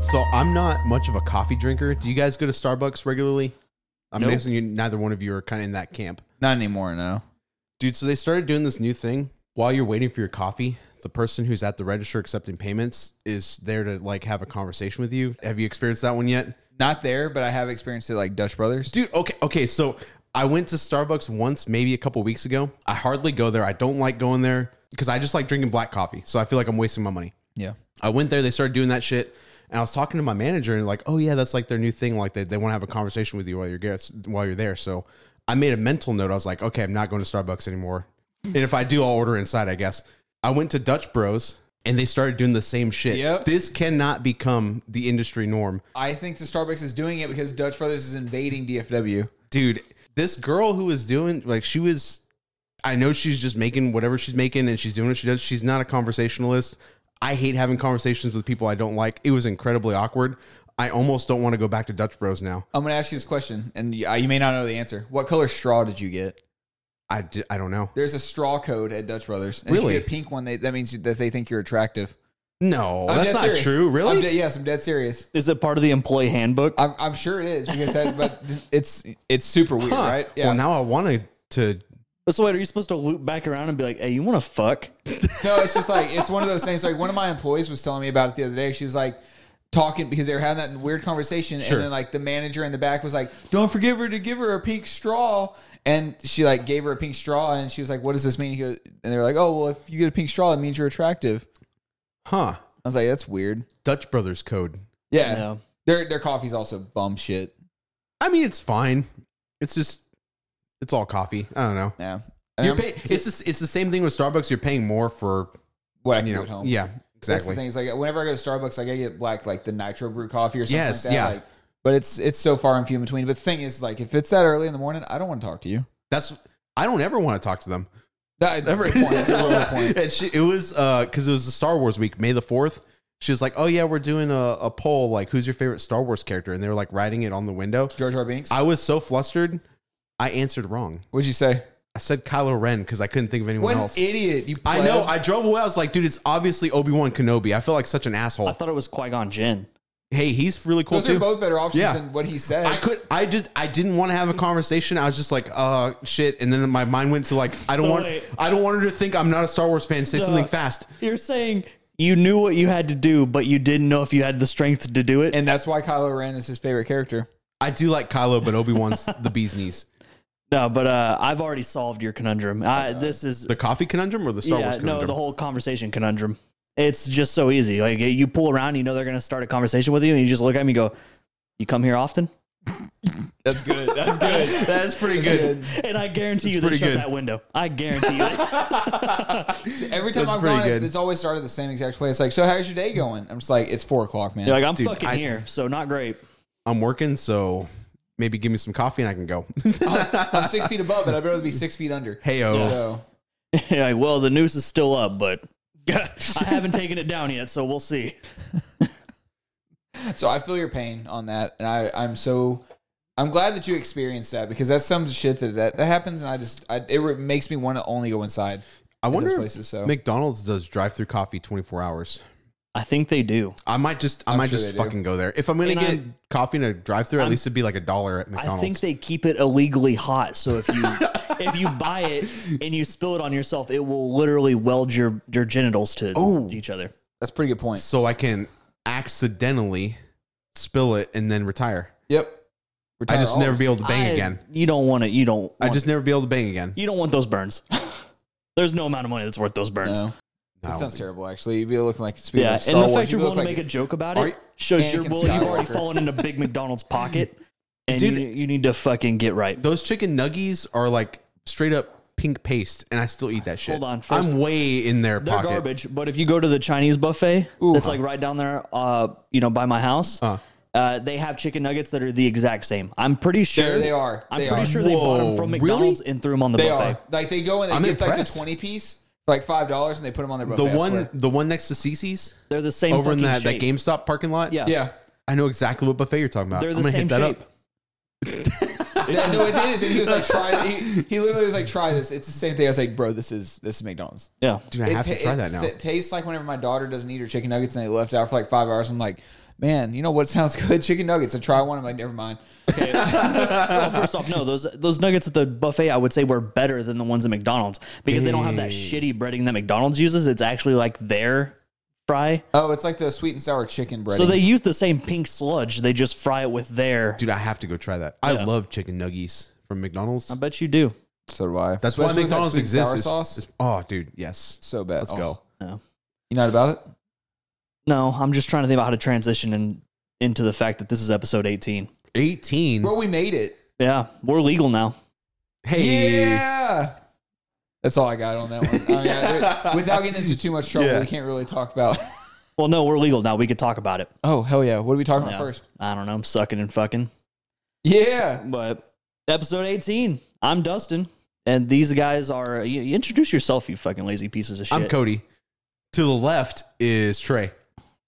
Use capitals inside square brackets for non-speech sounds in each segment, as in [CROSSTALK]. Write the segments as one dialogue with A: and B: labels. A: So I'm not much of a coffee drinker. Do you guys go to Starbucks regularly? I'm
B: Nope.
A: guessing you, neither one of you are kind of in that camp,
B: Not anymore, no.
A: dude. So they started doing this new thing. While you're waiting for your coffee, the person who's at the register accepting payments is there to like have a conversation with you. Have you experienced that one yet?
B: Not there, but I have experienced it like Dutch Brothers.
A: Dude, okay, okay. So I went to Starbucks once, maybe a couple weeks ago. I hardly go there. I don't like going there because I just like drinking black coffee. So I feel like I'm wasting my money.
B: Yeah.
A: I went there, they started doing that shit. And I was talking to my manager and like, oh yeah, that's like their new thing. Like they, they want to have a conversation with you while you're gar- while you're there. So I made a mental note. I was like, okay, I'm not going to Starbucks anymore. And if I do, I'll order inside, I guess. I went to Dutch Bros and they started doing the same shit.
B: Yep.
A: This cannot become the industry norm.
B: I think the Starbucks is doing it because Dutch Brothers is invading DFW.
A: dude this girl who was doing like she was i know she's just making whatever she's making and she's doing what she does she's not a conversationalist i hate having conversations with people i don't like it was incredibly awkward i almost don't want to go back to dutch bros now
B: I'm going to ask you this question, and you, uh, you may not know the answer. What color straw did you get?
A: i, di- I don't know
B: There's a straw code at Dutch Brothers. And If
A: Really?
B: you get a pink one, they, that means that they think you're attractive.
A: no
B: I'm
A: Oh, that's
B: dead
A: not
B: serious.
A: true really
B: I'm de- yes, I'm dead serious.
C: Is it part of the employee handbook?
B: I'm, I'm sure it is because that, but [LAUGHS] it's it's super weird,
A: Huh.
B: right?
A: well now i wanted to
C: so wait, are you supposed to loop back around and be like, "Hey, you want to fuck?"
B: No, it's just like it's one of those things. Like one of my employees was telling me about it the other day. She was like talking because they were having that weird conversation,
A: Sure.
B: and then like the manager in the back was like, "Don't forgive her to give her a pink straw." And she like gave her a pink straw, and she was like, "What does this mean?" He goes, and they were like, "Oh, well, if you get a pink straw, it means you're attractive."
A: huh
B: I was like, "That's weird."
A: dutch brothers code
B: Yeah,
C: Yeah.
B: their their coffee's also bum shit.
A: i mean it's fine it's just it's all coffee i don't know
B: Yeah,
A: you're
B: Um,
A: pay- it's, the- it's the same thing with starbucks you're paying more for
B: what I can
A: you
B: do
A: know
B: at home.
A: yeah
B: That's the
A: exactly
B: thing. It's like whenever I go to Starbucks, like I get black like the nitro brew coffee or something
A: Yes,
B: like that.
A: yeah.
B: Like, but it's it's so far and few in between. But the thing is, like, if it's that early in the morning, I don't want to talk to you.
A: that's i don't ever want to talk to them [LAUGHS]
B: That,
A: Ever.
B: good [LAUGHS] point. That's a really good
A: [LAUGHS]
B: point.
A: and she, it was because it was the Star Wars week, May the fourth. She was like, "Oh yeah, we're doing a, a poll. Like, who's your favorite Star Wars character?" And they were like writing it on the window.
B: George R. Binks,
A: I was so flustered, I answered wrong.
B: what'd you say?
A: I said Kylo Ren because I couldn't think of anyone
B: What an
A: else.
B: idiot! You
A: I know.
B: pleb.
A: I drove away. I was like, "Dude, it's obviously Obi Wan Kenobi." I feel like such an
C: I
A: asshole.
C: thought it was Qui Gon Jinn.
A: Hey, he's really cool
B: Those
A: too.
B: are both better options
A: Yeah.
B: than what he said.
A: I could. I just. I didn't want to have a conversation. I was just like, "Uh, shit." And then my mind went to like, "I don't
C: So
A: want.
C: wait.
A: I don't want her to think I'm not a Star Wars fan. Say something
C: Duh.
A: fast."
C: You're saying you knew what you had to do, but you didn't know if you had the strength to do it.
B: and that's why Kylo Ren is his favorite character.
A: I do like Kylo, but Obi
C: [LAUGHS]
A: Wan's the bee's knees.
C: no, but uh, I've already solved your conundrum. I, this is
A: The coffee conundrum or the Star
C: yeah,
A: Wars
C: no,
A: conundrum?
C: the whole conversation conundrum. It's just so easy. Like you pull around, you know they're gonna start a conversation with you, and you just look at me and go, "You come here often?"
B: That's good. That's
C: [LAUGHS]
B: good.
A: That's pretty good.
C: And I guarantee you, they
A: pretty
C: shut
A: good.
C: that window. I guarantee you.
B: Every time
A: That's
B: I've
A: pretty
B: gone,
A: good.
B: it, it's always started the same exact way. It's like, so how's your day going? I'm just like, it's four o'clock, man.
C: [LAUGHS] You're like, I'm
A: Dude,
C: fucking
A: I-
C: here, so not great.
A: I'm working, so maybe give me some coffee and I can go. [LAUGHS]
B: I'm six feet above, but I'd rather be six feet under.
A: hey, oh.
B: So
C: [LAUGHS] You're like, well, the noose is still up, [LAUGHS] but I haven't taken it down yet, so we'll see.
B: So I feel your pain on that, and I I'm so I'm glad that you experienced that because that's some shit that that, that happens, and I just I, it re- makes me want to only go inside.
A: I wonder
B: those
A: if
B: places, so.
A: McDonald's does drive through coffee 24 hours.
C: I think they do.
A: I might just, I
B: I'm
A: might
B: sure they
A: just
B: do.
A: fucking go there. If I'm gonna
C: And
A: get
C: I'm-
A: coffee in a drive through, at least it'd be like a dollar at
C: I
A: McDonald's.
C: think they keep it illegally hot, so if you [LAUGHS] if you buy it and you spill it on yourself, it will literally weld your your genitals to
A: Oh.
C: each other.
B: That's a pretty good point.
A: so I can accidentally spill it and then retire.
B: Yep.
A: I
B: Retire
A: just
B: all
A: never
B: of
A: be able to bang
C: I-
A: again.
C: You don't want to. You don't.
A: I
C: want-
A: just never be able to bang again.
C: You don't want those burns. [LAUGHS] There's no amount of money that's worth those
B: us.
C: burns.
B: No,
A: No.
B: that sounds terrible. Actually, you'd be looking like speaking
C: Yeah,
B: of
C: and
B: Star
C: the
B: Wars,
C: fact
B: you
C: you're
B: look
C: willing to
B: like
C: make a joke about
A: Are
C: it
A: you-
C: shows
B: Anakin
C: you're willing. You've already
B: Skywalker.
C: fallen into Big
A: [LAUGHS]
C: McDonald's pocket, and
A: Dude-
C: you, you need to fucking get right.
A: Those chicken nuggies are like straight up pink paste, and I still eat that shit.
C: Hold on, first-
A: I'm way in their
C: They're
A: pocket.
C: garbage, but if you go to the Chinese buffet that's like right down there, uh, you know, by my house, uh they have chicken nuggets that are the exact same. I'm pretty sure
B: they are.
C: I'm
B: They
C: pretty
B: are.
C: sure they bought them from
A: Whoa, really?
C: McDonald's and threw them on the
B: they
C: buffet.
B: are like they go and they
A: I'm
B: get like
A: impressed.
B: the twenty piece, for like five dollars, and they put them on their
A: The
B: buffet. I
A: one,
B: swear.
A: the one next to Cece's
C: They're the same
A: over in
C: fucking
A: that, that
C: shape.
A: GameStop parking lot.
C: Yeah.
B: yeah.
A: I know exactly what buffet you're talking about.
C: They're
A: I'm
C: the
A: gonna
C: same
A: hit that
C: shape.
A: up.
B: Yeah, no, it is. And he was like, try. He, he literally was like, try this. It's the same thing. I was like, bro, this is this is McDonald's.
C: Yeah.
A: Dude, I have
B: ta-
A: to try that now.
B: It tastes like whenever my daughter doesn't eat her chicken nuggets and they left out for like five hours. I'm like, man, you know what sounds [LAUGHS] good? Chicken nuggets. I try one. I'm like, never mind.
C: Well, first off, no, those those nuggets at the buffet I would say were better than the ones at McDonald's because they don't have that shitty breading that McDonald's uses. It's actually like their fry.
B: Oh, it's like the sweet and sour chicken bread.
C: So they use the same pink sludge. They just fry it with their.
A: Dude, I have to go try that. I love chicken nuggies from McDonald's.
C: I bet you do.
B: so do I.
A: That's why
B: Um, Especially with that
A: McDonald's
B: sweet and sour
A: exists. It's-
B: sauce.
A: it's- oh, dude, yes.
B: so bad.
A: Let's
B: Oh.
A: go. Mm.
B: You not about it?
C: No, I'm just trying to think about how to transition in, into the fact that this is episode 18.
A: 18.
B: Well, we made it.
C: Yeah, we're legal now.
A: hey.
B: Yeah. That's all I got on that one.
A: [LAUGHS]
B: I mean, I- without getting into too much trouble,
A: Yeah.
B: we can't really talk about. [LAUGHS]
C: Well, no, we're legal now. We could talk about it.
B: Oh hell yeah! What are we talking
C: Yeah.
B: about first?
C: I don't know. I'm sucking and fucking.
B: Yeah.
C: But episode 18. I'm Dustin. And these guys are. You, you introduce yourself, you fucking lazy pieces of shit.
A: I'm Cody. To the left is Trey.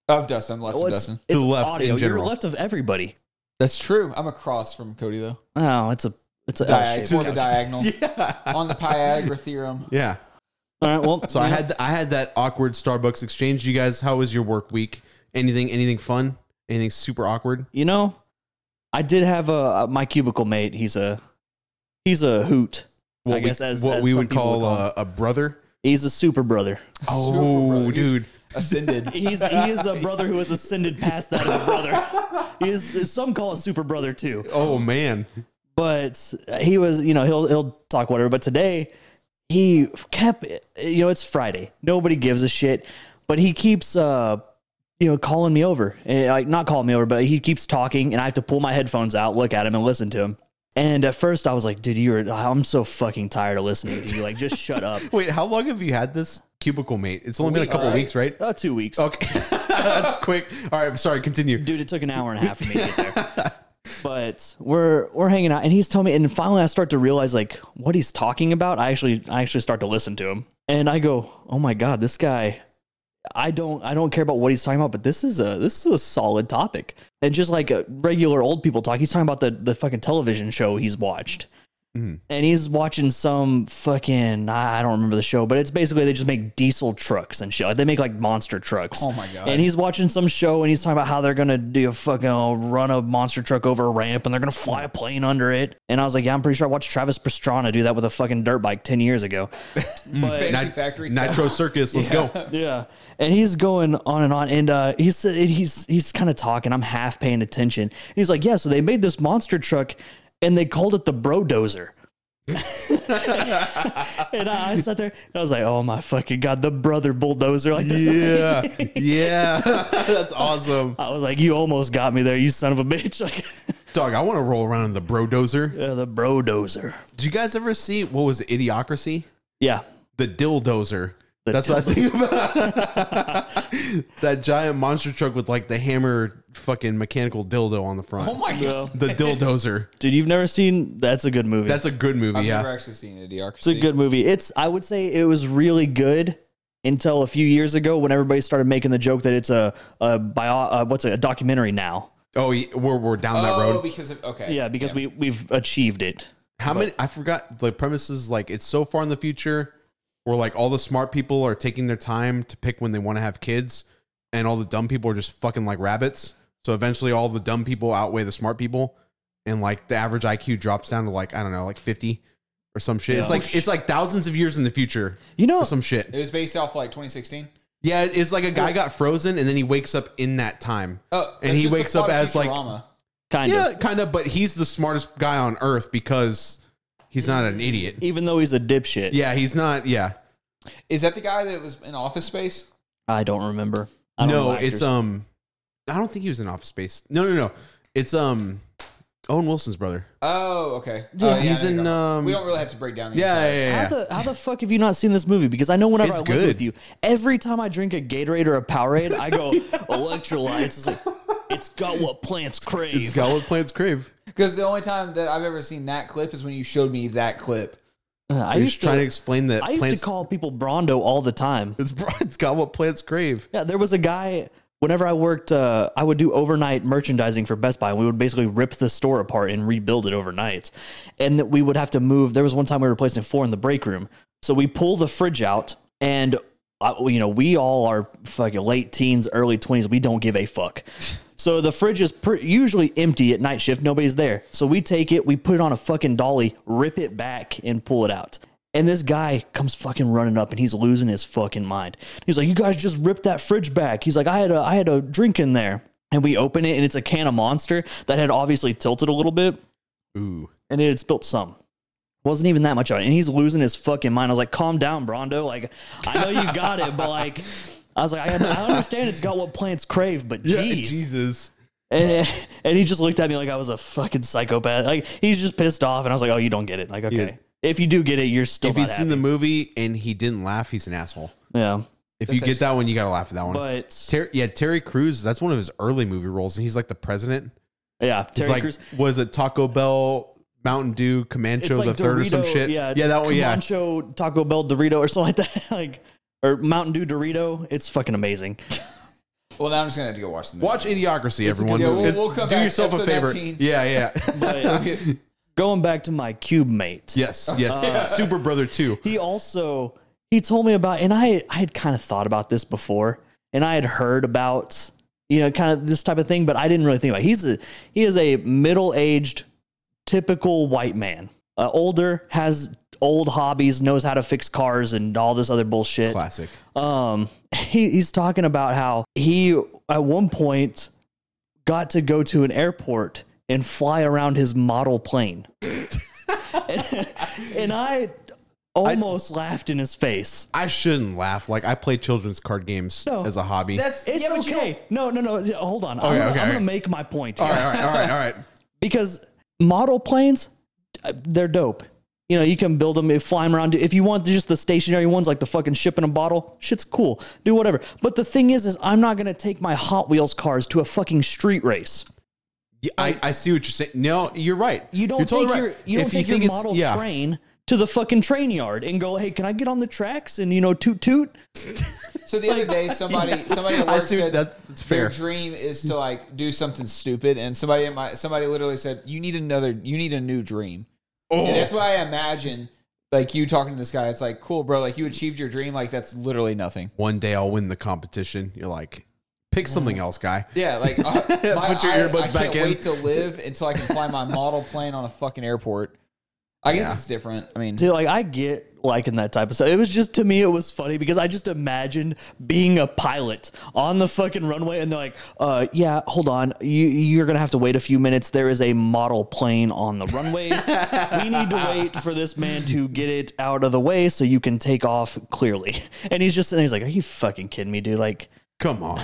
B: Of Dustin, I'm left
C: Well,
B: of
C: it's-
B: Dustin.
A: To
C: it's
A: the left in
C: audio. You're
A: general.
C: left of everybody.
B: That's true. I'm across from Cody though.
C: Oh, it's a it's a L
B: Diag-
C: shape.
B: more of a [LAUGHS] diagonal
A: Yeah.
B: on the Pythagoras theorem.
A: Yeah.
C: All right. Well,
A: [LAUGHS] So I had I had that awkward Starbucks exchange. You guys, how was your work week? Anything anything fun? Anything super awkward?
C: you know, I did have a my cubicle mate. He's a he's a hoot.
A: What
C: I guess
A: we,
C: as
A: what
C: as
A: we
C: some
A: would
C: people
A: call, a, a brother.
C: he's a super brother.
A: Oh,
B: brother. He's
A: dude.
B: Ascended.
C: He's he is a brother who has ascended past that of a brother. He is some call it super brother too.
A: Oh man.
C: But he was you know he'll he'll talk whatever. But today he kept you know it's Friday. Nobody gives a shit. But he keeps uh you know calling me over and like not calling me over, but he keeps talking and I have to pull my headphones out, look at him, and listen to him. And at first I was like, dude, you're I'm so fucking tired of listening to you. Like just shut up.
A: Wait, how long have you had this cubicle mate? It's only been a
B: Week,
A: couple
B: right?
A: weeks, right?
C: Uh, two weeks.
A: Okay. [LAUGHS] That's quick. All right, I'm sorry, continue.
C: dude it took an hour and a half for me to get there but we're we're hanging out and he's telling me and finally i start to realize like what he's talking about i actually i actually start to listen to him and i go oh my god this guy i don't i don't care about what he's talking about but this is a this is a solid topic and just like a regular old people talk he's talking about the the fucking television show he's watched
B: Mm-hmm.
A: Mhm.
C: and he's watching some fucking I I don't remember the show, but it's basically they just make diesel trucks and shit. Like, They make like monster trucks.
B: Oh my God.
C: And he's watching some show and he's talking about how they're gonna do a fucking uh, run a monster truck over a ramp and they're gonna fly a plane under it. And I was like, yeah, I'm pretty sure I watched Travis Pastrana do that with a fucking dirt bike ten
B: [LAUGHS]
C: years ago. But
B: Fantasy Factory.
A: Nitro Circus, let's
C: [LAUGHS]
A: go.
C: yeah. And he's going on and on, and uh, he's he's he's kind of talking. I'm half paying attention. And he's like, "Yeah, so they made this monster truck, and they called it the Bro [LAUGHS] Dozer." and I, I sat there, and I was like, "Oh my fucking god, the brother bulldozer!" Like, this
A: Yeah. Yeah. [LAUGHS] That's awesome.
C: I was like, "You almost got me there, you son of a bitch!" [LAUGHS] Like,
A: Dog, I want to roll around in the bro dozer.
C: yeah, the Bro Dozer.
A: Did you guys ever see what was it, Idiocracy?
C: Yeah,
A: The dildozer. That's what I think about. [LAUGHS] that giant monster truck with like the hammer fucking mechanical dildo on the front.
B: [LAUGHS] Oh my god.
C: Yeah.
A: the
B: [LAUGHS]
A: dildozer.
C: dude, you've never seen? That's a good movie.
A: That's a good movie,
B: I've
A: yeah.
B: never actually seen a DR.
C: It's a good movie. It's I would say it was really good until a few years ago when everybody started making the joke that it's a a bio, uh, what's it, a documentary now.
A: Oh, yeah, we're we're down that
B: Oh,
A: road.
B: because of okay.
C: Yeah, because we we've achieved it.
A: How many? I forgot the premises. Like it's so far in the future, where like all the smart people are taking their time to pick when they want to have kids, and all the dumb people are just fucking like rabbits. So eventually, all the dumb people outweigh the smart people, and like the average IQ drops down to like I don't know, like fifty or some shit. It's
C: Yeah.
A: like it's like thousands of years in the future
C: You know,
A: or some shit.
B: It was based off like 2016.
A: Yeah, it's like a guy got frozen and then he wakes up in that time.
B: Oh,
A: And
B: that's
A: he
B: just the
A: wakes
B: plot
A: up
B: of
A: as, like-
B: Futurama.
C: kind
A: Yeah,
C: of.
A: kind of. But he's the smartest guy on earth because he's not an idiot.
C: Even though he's a dipshit.
A: Yeah, he's not. Yeah.
B: Is that the guy that was in Office Space?
C: I don't remember. I don't
A: no,
C: know
A: it's
C: actors.
A: um, I don't think he was in Office Space. No, no, no, it's um, Owen Wilson's brother.
B: Oh, okay.
C: Yeah.
B: Oh, yeah,
A: He's
B: there you
A: in,
B: go.
A: um,
B: We don't really have to break down. The
A: Yeah,
B: entire-
A: yeah, yeah. yeah.
C: How the, how the fuck have you not seen this movie? Because I know whenever
A: It's
C: I live
A: good.
C: with you, every time I drink a Gatorade or a Powerade,
A: [LAUGHS]
C: I go electrolytes. It's like it's got what plants crave.
A: It's
C: [LAUGHS]
A: got what plants crave.
B: Because the only time that I've ever seen that clip is when you showed me that clip.
C: Uh, I
A: He's
C: used
A: trying to
C: to,
A: explain that
C: I used
A: plants. [LAUGHS]
C: to call people Brondo all the time.
A: it's, it's got what plants crave.
C: Yeah, there was a guy. Whenever I worked, uh, I would do overnight merchandising for Best Buy, and we would basically rip the store apart and rebuild it overnight. And that we would have to move. There was one time we were replacing a floor in the break room, so we pull the fridge out, and uh, you know we all are fucking late teens, early twenties. We don't give a fuck. So the fridge is pr usually empty at night shift. Nobody's there. So we take it, we put it on a fucking dolly, rip it back, and pull it out. And this guy comes fucking running up, and he's losing his fucking mind. He's like, "You guys just ripped that fridge back." He's like, "I had a I had a drink in there." And we open it, and it's a can of Monster that had obviously tilted a little bit,
A: Ooh.
C: and it had spilt some. Wasn't even that much on it, and he's losing his fucking mind. I was like, "Calm down, Brondo. Like, I know you got it, but like." I was like, I, I understand it's got what plants crave, but jeez.
A: Jesus.
C: And, [LAUGHS] and he just looked at me like I was a fucking psychopath. Like he's just pissed off, and I was like, "Oh, you don't get it." Like, okay,
A: Yeah.
C: if you do get it, you're still
A: If
C: not
A: he'd seen
C: happy.
A: the movie and he didn't laugh, he's an asshole.
C: yeah,
A: If
B: That's
A: you get that one, you gotta laugh at that one.
C: but
A: Ter- yeah, Terry Crews. That's one of his early movie roles, and he's like the president.
C: yeah,
A: He's
C: Terry
A: like,
C: Crews.
A: was it Taco Bell, Mountain Dew, Comancho the third or some shit?
C: Yeah,
A: yeah, that one. Yeah,
C: Comancho, Taco Bell Dorito or something like that. [LAUGHS] like or Mountain Dew Dorito. It's
A: [LAUGHS]
C: fucking amazing.
B: Well, now I'm just gonna have to go watch the movie.
A: watch Idiocracy, everyone.
B: good- Yeah, we'll-
A: It's-
B: we'll come
A: do
B: back,
A: yourself a
B: episode
A: favor.
B: 19.
A: Yeah, yeah. [LAUGHS]
B: [LAUGHS]
C: But going back to my cube mate,
A: yes, yes. Super Brother Two.
C: he also he told me about and i i had kind of thought about this before and i had heard about you know kind of this type of thing but i didn't really think about it. he's a he is a middle-aged typical white man uh, older has old hobbies knows how to fix cars and all this other bullshit
A: Classic.
C: um [LAUGHS] he, he's talking about how he at one point got to go to an airport and fly around his model plane [LAUGHS] and, and i almost laughed in his face
A: I shouldn't laugh. Like I play children's card games
C: No.
A: as a hobby.
B: That's
C: it's
B: yeah, but you
C: okay no no no hold on i'm,
A: Okay,
C: gonna,
A: okay,
C: I'm gonna
A: okay.
C: make my point
A: all
C: here.
A: right, all right, all right, all right.
C: because model planes uh, they're dope you know you can build them fly them around if you want just the stationary ones like the fucking ship in a bottle shit's cool do whatever but the thing is is i'm not gonna take my hot wheels cars to a fucking street race
A: Yeah, I, I see what you're saying. No, you're right.
C: you don't
A: you're
C: take your you don't
A: If
C: take
A: think
C: your
A: it's-
C: model
A: yeah.
C: train to the fucking train yard and go hey can i get on the tracks and you know toot toot
B: don't- So the other [LAUGHS] day, somebody somebody at
A: I
B: work
A: see
B: said
A: that's, that's
B: their
A: fair.
B: dream is to like do something stupid, and somebody in my somebody literally said, "You need another, you need a new dream." And that's what I imagine. Like you talking to this guy, it's like, cool, bro. Like you achieved your dream. Like that's literally nothing.
A: One day I'll win the competition. You're like, pick something else, guy.
B: Yeah, like [LAUGHS] uh, my,
A: Put your
B: I-
A: earbuds
B: I,
A: back
B: can't
A: in.
B: wait to live until I can fly my model plane on a fucking airport. I guess it's different. I [LAUGHS] mean,
C: Dude, like I get liking that type of stuff. It was just to me, it was funny because I just imagined being a pilot on the fucking runway, and they're like, "Uh, yeah, hold on, you you're gonna have to wait a few minutes. There is a model plane on the runway. we need to wait for this man to get it out of the way so you can take off clearly." [LAUGHS] And he's just sitting there, he's like, "Are you fucking kidding me, dude? Like,
A: Come on.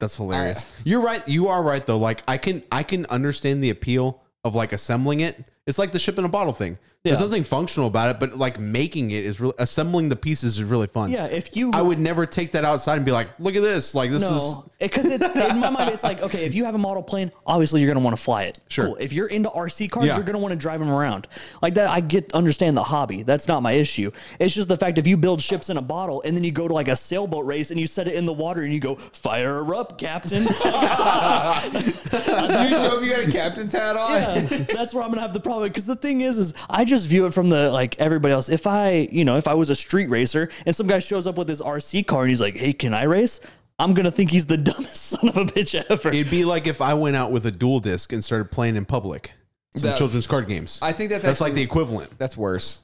A: That's hilarious. You're right. You are right though. Like I can I can understand the appeal of like assembling it. It's like the ship in a bottle thing. There's
C: Yeah.
A: nothing functional about it, but like making it is really assembling the pieces is really fun.
C: yeah, if you
A: I would never take that outside and be like, look at this. Like this is
C: No, because it's in my mind, it's like okay, if you have a model plane, obviously you're gonna want to fly it.
A: Sure.
C: Cool. If you're into RC cars,
A: Yeah.
C: you're gonna want to drive them around. Like that, I get understand the hobby. That's not my issue. It's just the fact if you build ships in a bottle and then you go to like a sailboat race and you set it in the water and you go fire her up, captain. [LAUGHS]
B: you [LAUGHS] show up, you got a captain's hat on.
C: that's where I'm gonna have the problem. Because the thing is, is I just view it from the like everybody else. If I, you know, if I was a street racer and some guy shows up with his RC car and he's like, hey, can I race? I'm gonna think he's the [LAUGHS] dumbest son of a bitch ever.
A: it'd be like if I went out with a dual disc and started playing in public. Some
B: That-
A: children's card games.
B: I think that's
A: that's like
B: actually-
A: the equivalent.
B: That's worse.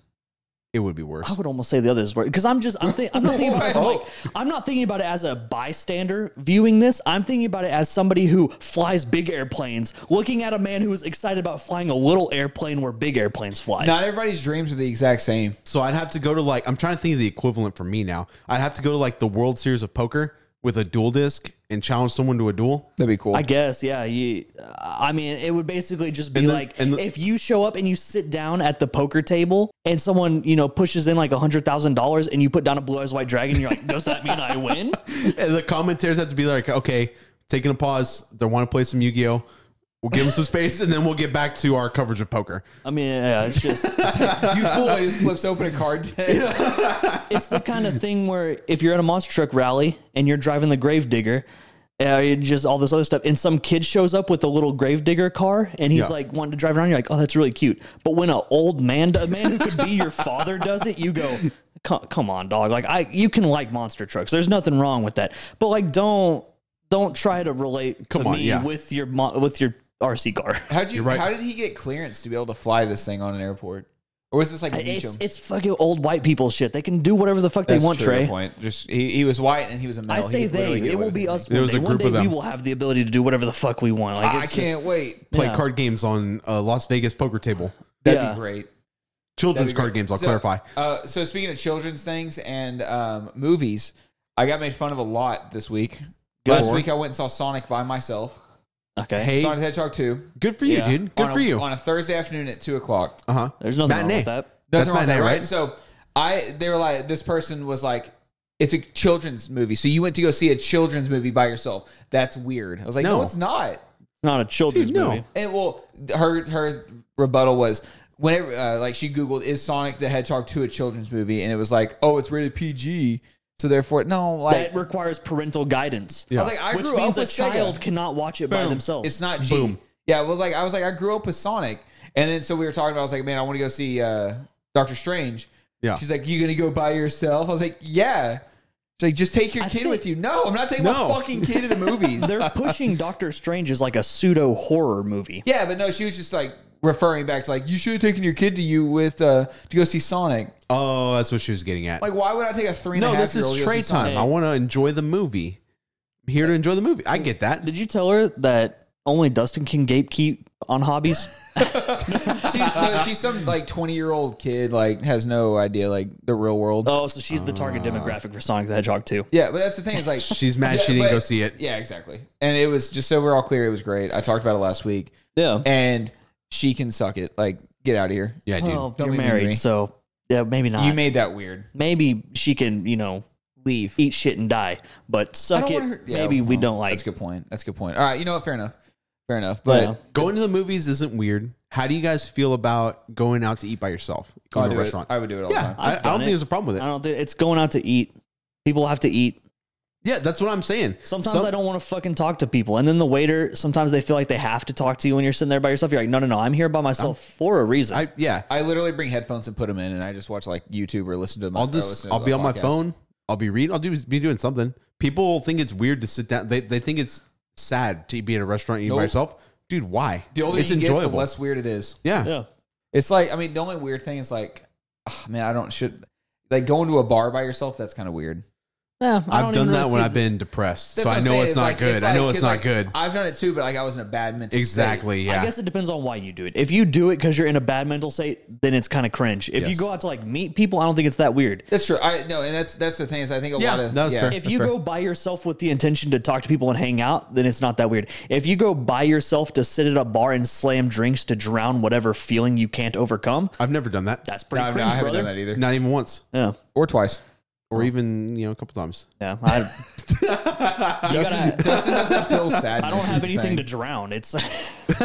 A: It would be worse.
C: I would almost say the others were because I'm just I'm, think, I'm not thinking about it.
A: [LAUGHS]
C: From
B: Oh.
C: like, I'm not thinking about it as a bystander viewing this. I'm thinking about it as somebody who flies big airplanes, looking at a man who is excited about flying a little airplane where big airplanes fly.
B: Not everybody's dreams are the exact same.
A: So I'd have to go to like I'm trying to think of the equivalent for me now. I'd have to go to like the World Series of Poker with a dual disc and challenge someone to a duel.
B: That'd be cool.
C: I guess, yeah. You, uh, I mean, it would basically just be
A: And the-
C: like
A: and the-
C: if you show up and you sit down at the poker table, and someone you know pushes in like a hundred thousand dollars, and you put down a blue eyes white dragon. You're like, does that mean I
A: [LAUGHS]
C: win?
A: And the commentators have to be like, okay, taking a pause. They want to play some Yu-Gi-Oh. We'll give them some space, and then we'll get back to our coverage of poker.
C: I mean, yeah, it's just
B: you fool! I just flips open a card.
C: [LAUGHS]
B: deck.
C: it's the kind of thing where if you're at a monster truck rally and you're driving the gravedigger uh, you just all this other stuff and some kid shows up with a little gravedigger car and he's
A: Yeah.
C: like wanting to drive around you're like oh that's really cute but when an old man a man who could be your father does it you go come, come on dog like i you can like monster trucks there's nothing wrong with that but like don't don't try to relate
A: Come
C: to
A: on,
C: me
A: yeah.
C: with your mo- with your RC car.
B: How did you?
A: You're right.
B: How did he get clearance to be able to fly this thing on an airport? Or was this like Beecham?
C: It's it's fucking old white people shit. They can do whatever the fuck
B: That's
C: they want,
B: true, good
C: Trey.
B: Point. Just he, he was white and he was a male.
C: I
B: He
C: say
B: could literally
C: they.
B: get
C: It
B: away
C: will
B: with
C: be
B: anything.
C: us.
A: There
C: one
A: was
C: day.
A: a
C: One
A: group of
C: day we
A: them.
C: will have the ability to do whatever the fuck we want. Like
B: I
C: it's-
B: can't wait.
A: Play
C: Yeah.
A: card games on a Las Vegas poker table.
B: That'd
C: Yeah.
B: be great.
A: Children's
B: That'd be great.
A: card games, I'll
B: So-
A: clarify.
B: Uh, so speaking of children's things and um, movies, I got made fun of a lot this week.
C: Go
B: Last
C: for it.
B: week I went and saw Sonic by myself.
C: Okay.
A: Hey,
B: Sonic the Hedgehog two.
A: good for you,
C: Yeah.
A: dude. Good
B: on a,
A: for you. Uh-huh. Uh
B: On a Thursday afternoon at two o'clock.
A: huh.
C: There's nothing wrong
A: Matinee.
C: with that.
A: That's
B: Nothing wrong with
A: matinee,
B: that,
A: right?
B: So I, they were like, this person was like, it's a children's movie. So you went to go see a children's movie by yourself. That's weird. I was like, no,
A: No.
B: it's not.
C: It's not a children's
A: Dude, no.
C: movie.
B: And well, her her rebuttal was whenever uh, like she googled is Sonic the Hedgehog two a children's movie, and it was like, oh, it's rated PG, so therefore no, like
C: That requires parental guidance.
A: Yeah.
B: I was like, I
C: Which
B: grew
C: means
B: up
C: a
B: with Sega.
C: child cannot watch it by themselves.
B: It's not G.
A: Boom.
B: Yeah, it was like I was like I grew up with Sonic, and then so we were talking about. I was like, man, I want to go see uh, Doctor Strange.
A: Yeah.
B: She's like, you gonna go by yourself? I was like, yeah. She's like, just take your
C: I
B: kid
C: think-
B: with you. No, I'm not taking
A: No.
B: my fucking kid
A: [LAUGHS]
B: to the movies.
C: [LAUGHS]
B: [LAUGHS]
C: They're pushing Doctor Strange as like a pseudo horror movie.
B: yeah, but no, she was just like referring back to like you should have taken your kid to you with uh to go see Sonic.
A: Oh, that's what she was getting at.
B: Like, why would I take a three? and a
A: no,
B: half
A: this
B: year old
A: is
B: to go see
A: Trey
B: Sonic?
A: time. I want to enjoy the movie. I'm here to enjoy the movie. I get that.
C: Did you tell her that only Dustin can gatekeep on hobbies?
B: She, no, she's some like 20 year old kid. Like, has no idea like the real world.
C: [LAUGHS] oh, so she's the
B: Uh.
C: target demographic for Sonic the Hedgehog too.
B: Yeah, but that's the thing. Is like
A: She's mad
B: Yeah,
A: she didn't
B: but-
A: go see it.
B: Yeah, exactly. And it was just so we're all clear. It was great. I talked about it last week,
C: Yeah.
B: and she can suck it. Like, get out of here.
A: Yeah, dude.
C: Well,
B: Don't
C: you're
B: be mean to me.
C: married, so yeah, maybe not.
B: You made that weird.
C: maybe she can, you know,
B: Leave.
C: eat shit and die, but suck it. maybe we don't like.
B: That's a good point. That's a good point. All right, you know what? Fair enough. Fair enough. But
C: Yeah.
A: Going to the movies isn't weird. How do you guys feel about going out to eat by yourself?
B: I'll
A: Going to
B: do
A: a
B: it.
A: restaurant?
B: I would do it all the
A: yeah,
B: time.
A: I, I
C: I've
A: don't
C: done
A: think
C: it.
A: there's a problem with
C: I
A: it.
C: don't think it's going out to eat. People have to eat.
A: Yeah, that's what I'm saying.
C: Sometimes
A: Some-
C: I don't want to fucking talk to people. And then the waiter, sometimes they feel like they have to talk to you when you're sitting there by yourself. You're like, no, no, no, I'm here by myself for a reason.
A: I yeah.
B: I literally bring headphones and put them in, and I just watch like YouTube or listen to my.
A: I'll
B: or
A: just
B: listen to
A: I'll
B: the
A: be on my
B: podcast.
A: phone. I'll be reading. I'll do be doing something. People think it's weird to sit down. They they think it's sad to be at a restaurant eating by
B: Nope.
A: yourself. Dude, why?
B: The older
A: it's
B: you
A: enjoyable.
B: get, the less weird it is.
A: yeah.
C: yeah.
B: It's like I mean, the only weird thing is like, ah, man, I don't should like going to a bar by yourself. That's kind of weird.
C: yeah I
A: I've
C: don't
A: done
C: even
A: that
C: really
A: when
C: see
A: I've been depressed,
B: That's
A: so
B: what
A: I
B: I'm
A: know
B: saying.
A: it's not
B: like-
A: good. I know
B: like-
A: it's not
B: like,
A: good.
B: I've done it too, but like I was in a bad mental state.
A: exactly.
C: I
A: Yeah.
C: guess it depends on why you do it. If you do it because you're in a bad mental state, then it's kind of cringe. If you
A: Yes.
C: go out to like meet people, I don't think it's that weird.
B: That's true. I no, and that's that's the thing is I think a
A: Yeah,
B: lot of
A: that was
B: yeah.
A: fair.
C: If
A: That's
C: you go by yourself with the intention to talk to people and hang out, then it's not that weird. If you go by yourself to sit at a bar and slam drinks to drown whatever feeling you can't overcome,
A: I've never done that.
C: that's
B: No,
C: pretty
B: no, I
C: cringe,
B: haven't
C: brother.
B: done that either,
A: Not even once,
C: Yeah,
B: or twice.
A: or even you know a couple times.
C: yeah. I,
B: [LAUGHS]
C: You gotta-
A: [LAUGHS]
B: Dustin doesn't feel sad.
C: I don't have anything to drown. It's [LAUGHS]
B: [LAUGHS]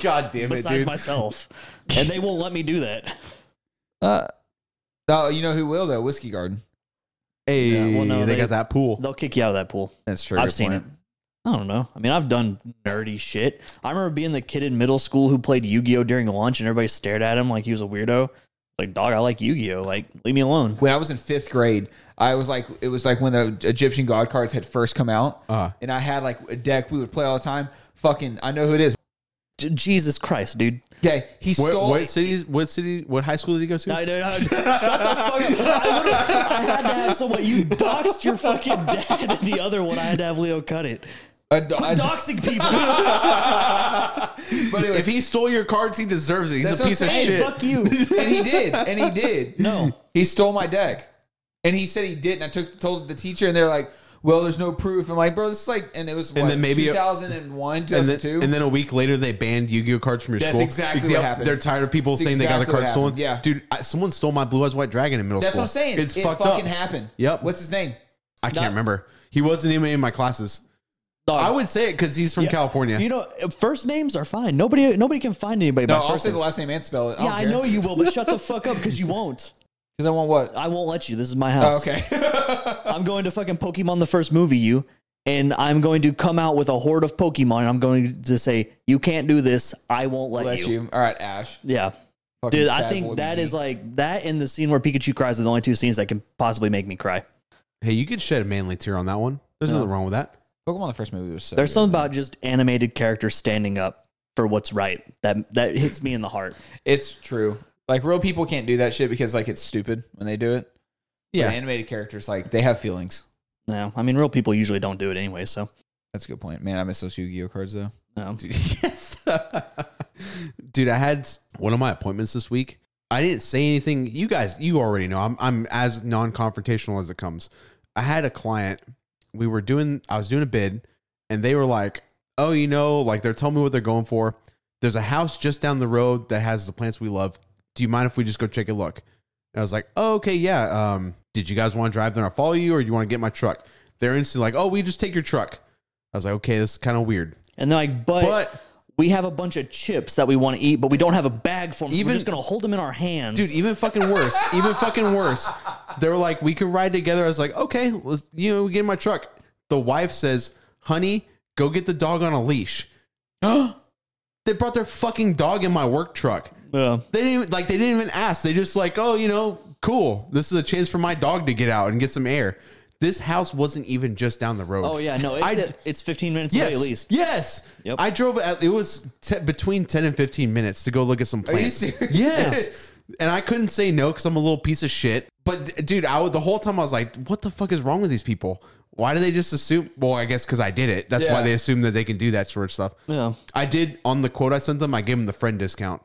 B: God damn it,
C: besides
B: dude.
C: myself, and they won't let me do that.
B: uh, oh, you know who will though? Whiskey Garden.
A: Hey,
C: Yeah, well, no,
A: they,
C: they-
A: got that pool.
C: They'll kick you out of that pool.
B: That's true.
C: I've seen it. I don't know. I mean, I've done nerdy shit. I remember being the kid in middle school who played Yu Gi Oh during lunch, and everybody stared at him like he was a weirdo. Like, dog, I like Yu Gi Oh. Like, leave me alone.
B: When I was in fifth grade, I was like, it was like when the Egyptian god cards had first come out,
A: Uh,
B: and I had like a deck we would play all the time. Fucking, I know who it is.
C: J- Jesus Christ, dude.
B: Okay, he
A: what,
B: stole.
A: what cities? What city? What high school did he go to?
C: No, no, no. Shut the fuck up. I, literally- I had to have someone. You doxed your fucking dad. The other one, I had to have Leo cut it.
B: a do- a-
C: Doxing people.
B: but it was,
A: If he stole your cards, he deserves it. He's
B: That's
A: a
B: what
A: piece
B: I'm
A: of
B: [LAUGHS] saying.
C: hey,
A: shit.
C: fuck you.
B: and he did, and he
A: [LAUGHS]
B: did.
C: No.
B: He stole my deck. And he said he did. And I took told the teacher, and they're like, "Well, there's no proof." I'm like, "Bro, this is like," and it was what,
A: then maybe-
B: 2001,
A: and
B: 2002.
A: then, and then a week later, they banned Yu-Gi-Oh cards from your
B: That's
A: school.
B: exactly
A: Because
B: what
A: they-
B: happened.
A: They're tired of people saying they got
B: exactly
A: their
B: what
A: cards stolen.
B: happened, yeah.
A: dude, I, someone stole my Blue Eyes White Dragon in middle
B: That's
A: school.
B: what I'm saying.
A: It's
B: it
A: fucked
B: fucking
A: up.
B: happened.
A: Yep.
B: What's his name?
A: I can't
C: No.
A: remember. He wasn't even in my classes.
B: Oh.
C: Dog.
A: I would say it because he's from
C: Yeah.
A: California.
C: You know, uh, first names are fine. Nobody, nobody can find anybody
B: No,
C: by
B: I'll
C: first
B: say the
C: names.
B: last name and spell it.
C: Yeah, I know you will, but
B: [LAUGHS]
C: shut the fuck up because you won't.
B: Because I want
C: [LAUGHS]
B: what?
C: I won't let you. This is my house.
B: Oh, okay.
C: I'm going to fucking Pokemon the first movie, you, and I'm going to come out with a horde of Pokemon, and I'm going to say, you can't do this. I won't let,
B: Bless
C: you.
B: you. All right, Ash.
C: Yeah.
B: Fucking
C: Dude, I
B: sad boy
C: think that
B: me.
C: is like that and the scene where Pikachu cries are the only two scenes that can possibly make me cry.
A: hey, you could shed a manly tear on that one. There's nothing wrong with that.
B: Pokemon the first movie was so
C: There's
B: good.
C: something about just animated characters standing up for what's right that that hits me in the heart.
B: It's true. Like real people can't do that shit because like it's stupid when they do it. But
A: Yeah.
B: animated characters like they have feelings.
C: No, I mean real people usually don't do it anyway. So
B: That's a good point, man. I miss those Yu-Gi-Oh cards though.
C: um,
A: Dude, [LAUGHS] yes. Dude, I had one of my appointments this week. I didn't say anything. You guys, you already know. I'm I'm as non-confrontational as it comes. I had a client. We were doing I was doing a bid and they were like, "Oh, you know, like they're telling me what they're going for. There's a house just down the road that has the plants we love. Do you mind if we just go take a look?" And I was like, "Oh, okay, yeah. Um, did you guys want to drive there and I'll follow you or you want to get my truck?" They're instantly like, "Oh, we just take your truck." I was like, "Okay, this is kind of weird."
C: and they're like, but,
A: But
C: we have a bunch of chips that we want to eat, but we don't have a bag for them. so
A: Even-
C: we're just gonna hold them in our hands,
A: dude e even fucking worse even fucking worse they were like we can ride together i was like okay let's you know we get in my truck the wife says honey go get the dog on a leash [GASPS] they brought their fucking dog in my work truck [LAUGHS]
C: Yeah.
A: they didn't even, like they didn't even ask they just like oh you know cool this is a chance for my dog to get out and get some air this house wasn't even just down the road
C: Oh yeah, no, it's,
A: I-
C: it- it's 15 minutes
A: yes
C: away at least.
A: yes
C: Yep.
A: i drove at, it was te- between 10 and 15 minutes to go look at some plants
B: serious? [LAUGHS]
A: Yes. And I couldn't say no because I'm a little piece of shit. But d- dude, I would, the whole time I was like, what the fuck is wrong with these people? Why do they just assume? Well, I guess because I did it. That's why
B: Yeah.
A: they assume that they can do that sort of stuff.
C: Yeah,
A: I did on the quote I sent them. I gave them the friend discount,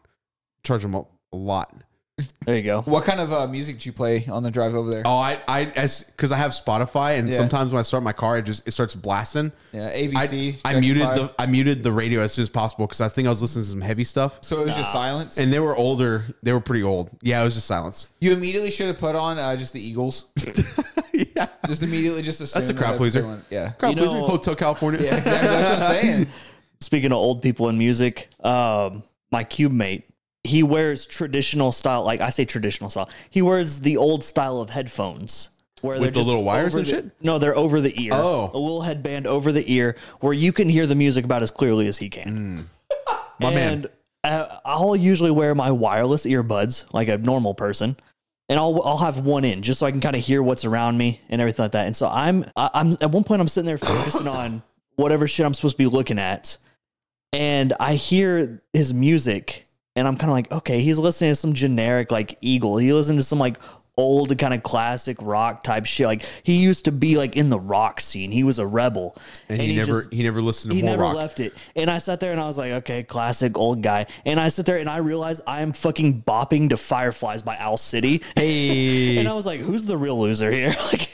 A: charge them a, a lot.
C: there you go.
B: What kind of uh, music do you play on the drive over there?
A: Oh, I I as because I have Spotify and
B: Yeah.
A: sometimes when I start my car, it just it starts blasting.
B: yeah,
A: I,
B: ABC.
A: I
B: Jackson
A: muted
B: Five.
A: the I muted the radio as soon as possible because I think I was listening to some heavy stuff.
B: So it was just silence.
A: And they were older. They were pretty old. Yeah, it was just silence. [LAUGHS]
B: you immediately should have put on uh, just the Eagles.
A: yeah.
B: Just immediately, just assume
A: [LAUGHS] That's a
B: that
A: crowd
B: what
A: pleaser.
B: they want. Yeah.
A: Crowd
C: You
A: pleaser,
C: know-
A: Hotel California.
B: Yeah, exactly. That's what I'm saying.
A: [LAUGHS]
C: Speaking of old people in music, um, my cube mate, he wears traditional style. Like I say, traditional style. He wears the old style of headphones. Where
A: With the
C: just
A: little wires
C: over
A: and
C: the-
A: shit?
C: No, they're over the ear.
A: Oh.
C: a little headband over the ear, where you can hear the music about as clearly as he can.
A: [LAUGHS] My man.
C: and uh, I'll usually wear my wireless earbuds like a normal person, and I'll I'll have one in just so I can kind of hear what's around me and everything like that. And so I'm I- I'm at one point I'm sitting
A: [LAUGHS]
C: there focusing on whatever shit I'm supposed to be looking at, and I hear his music, and I'm kind of like, okay, he's listening to some generic like Eagle. He listened to some like old kind of classic rock type shit. Like he used to be like in the rock scene. He was a rebel,
A: and, he, never
C: just-
A: he never listened to
C: he
A: more
C: never
A: rock.
C: left it. And I sat there and I was like, okay, classic old guy. And I sit there and I realized I am fucking bopping to Fireflies by Owl City.
A: Hey,
C: [LAUGHS] And I was like, who's the real loser here? [LAUGHS] Like,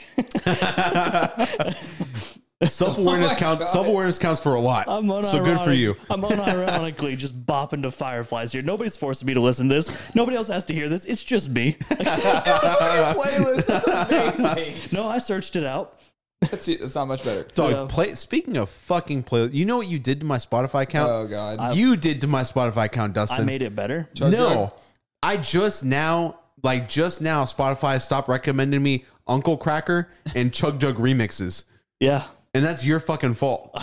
A: self awareness
B: Oh my
A: counts.
B: God.
A: Self awareness counts for a lot.
C: [LAUGHS] I'm unironic,
A: so good for you.
C: I'm unironically just bopping to Fireflies here. Nobody's forcing me to listen to this. Nobody else has to hear this. It's just me. [LAUGHS]
B: playlist. That's amazing.
C: no, I searched it out.
B: [LAUGHS] That's, that's not much better.
A: Dog,
C: Yeah.
A: play, speaking of fucking play, you know what you did to my Spotify account?
B: Oh god.
A: you did to my Spotify account,
C: Uh, I
A: Dustin.
C: made it better.
B: Charge
A: no,
B: drug.
A: I just now, like just now, Spotify stopped recommending me Uncle Cracker and Chug Jug remixes,
C: Yeah.
A: and that's your fucking fault.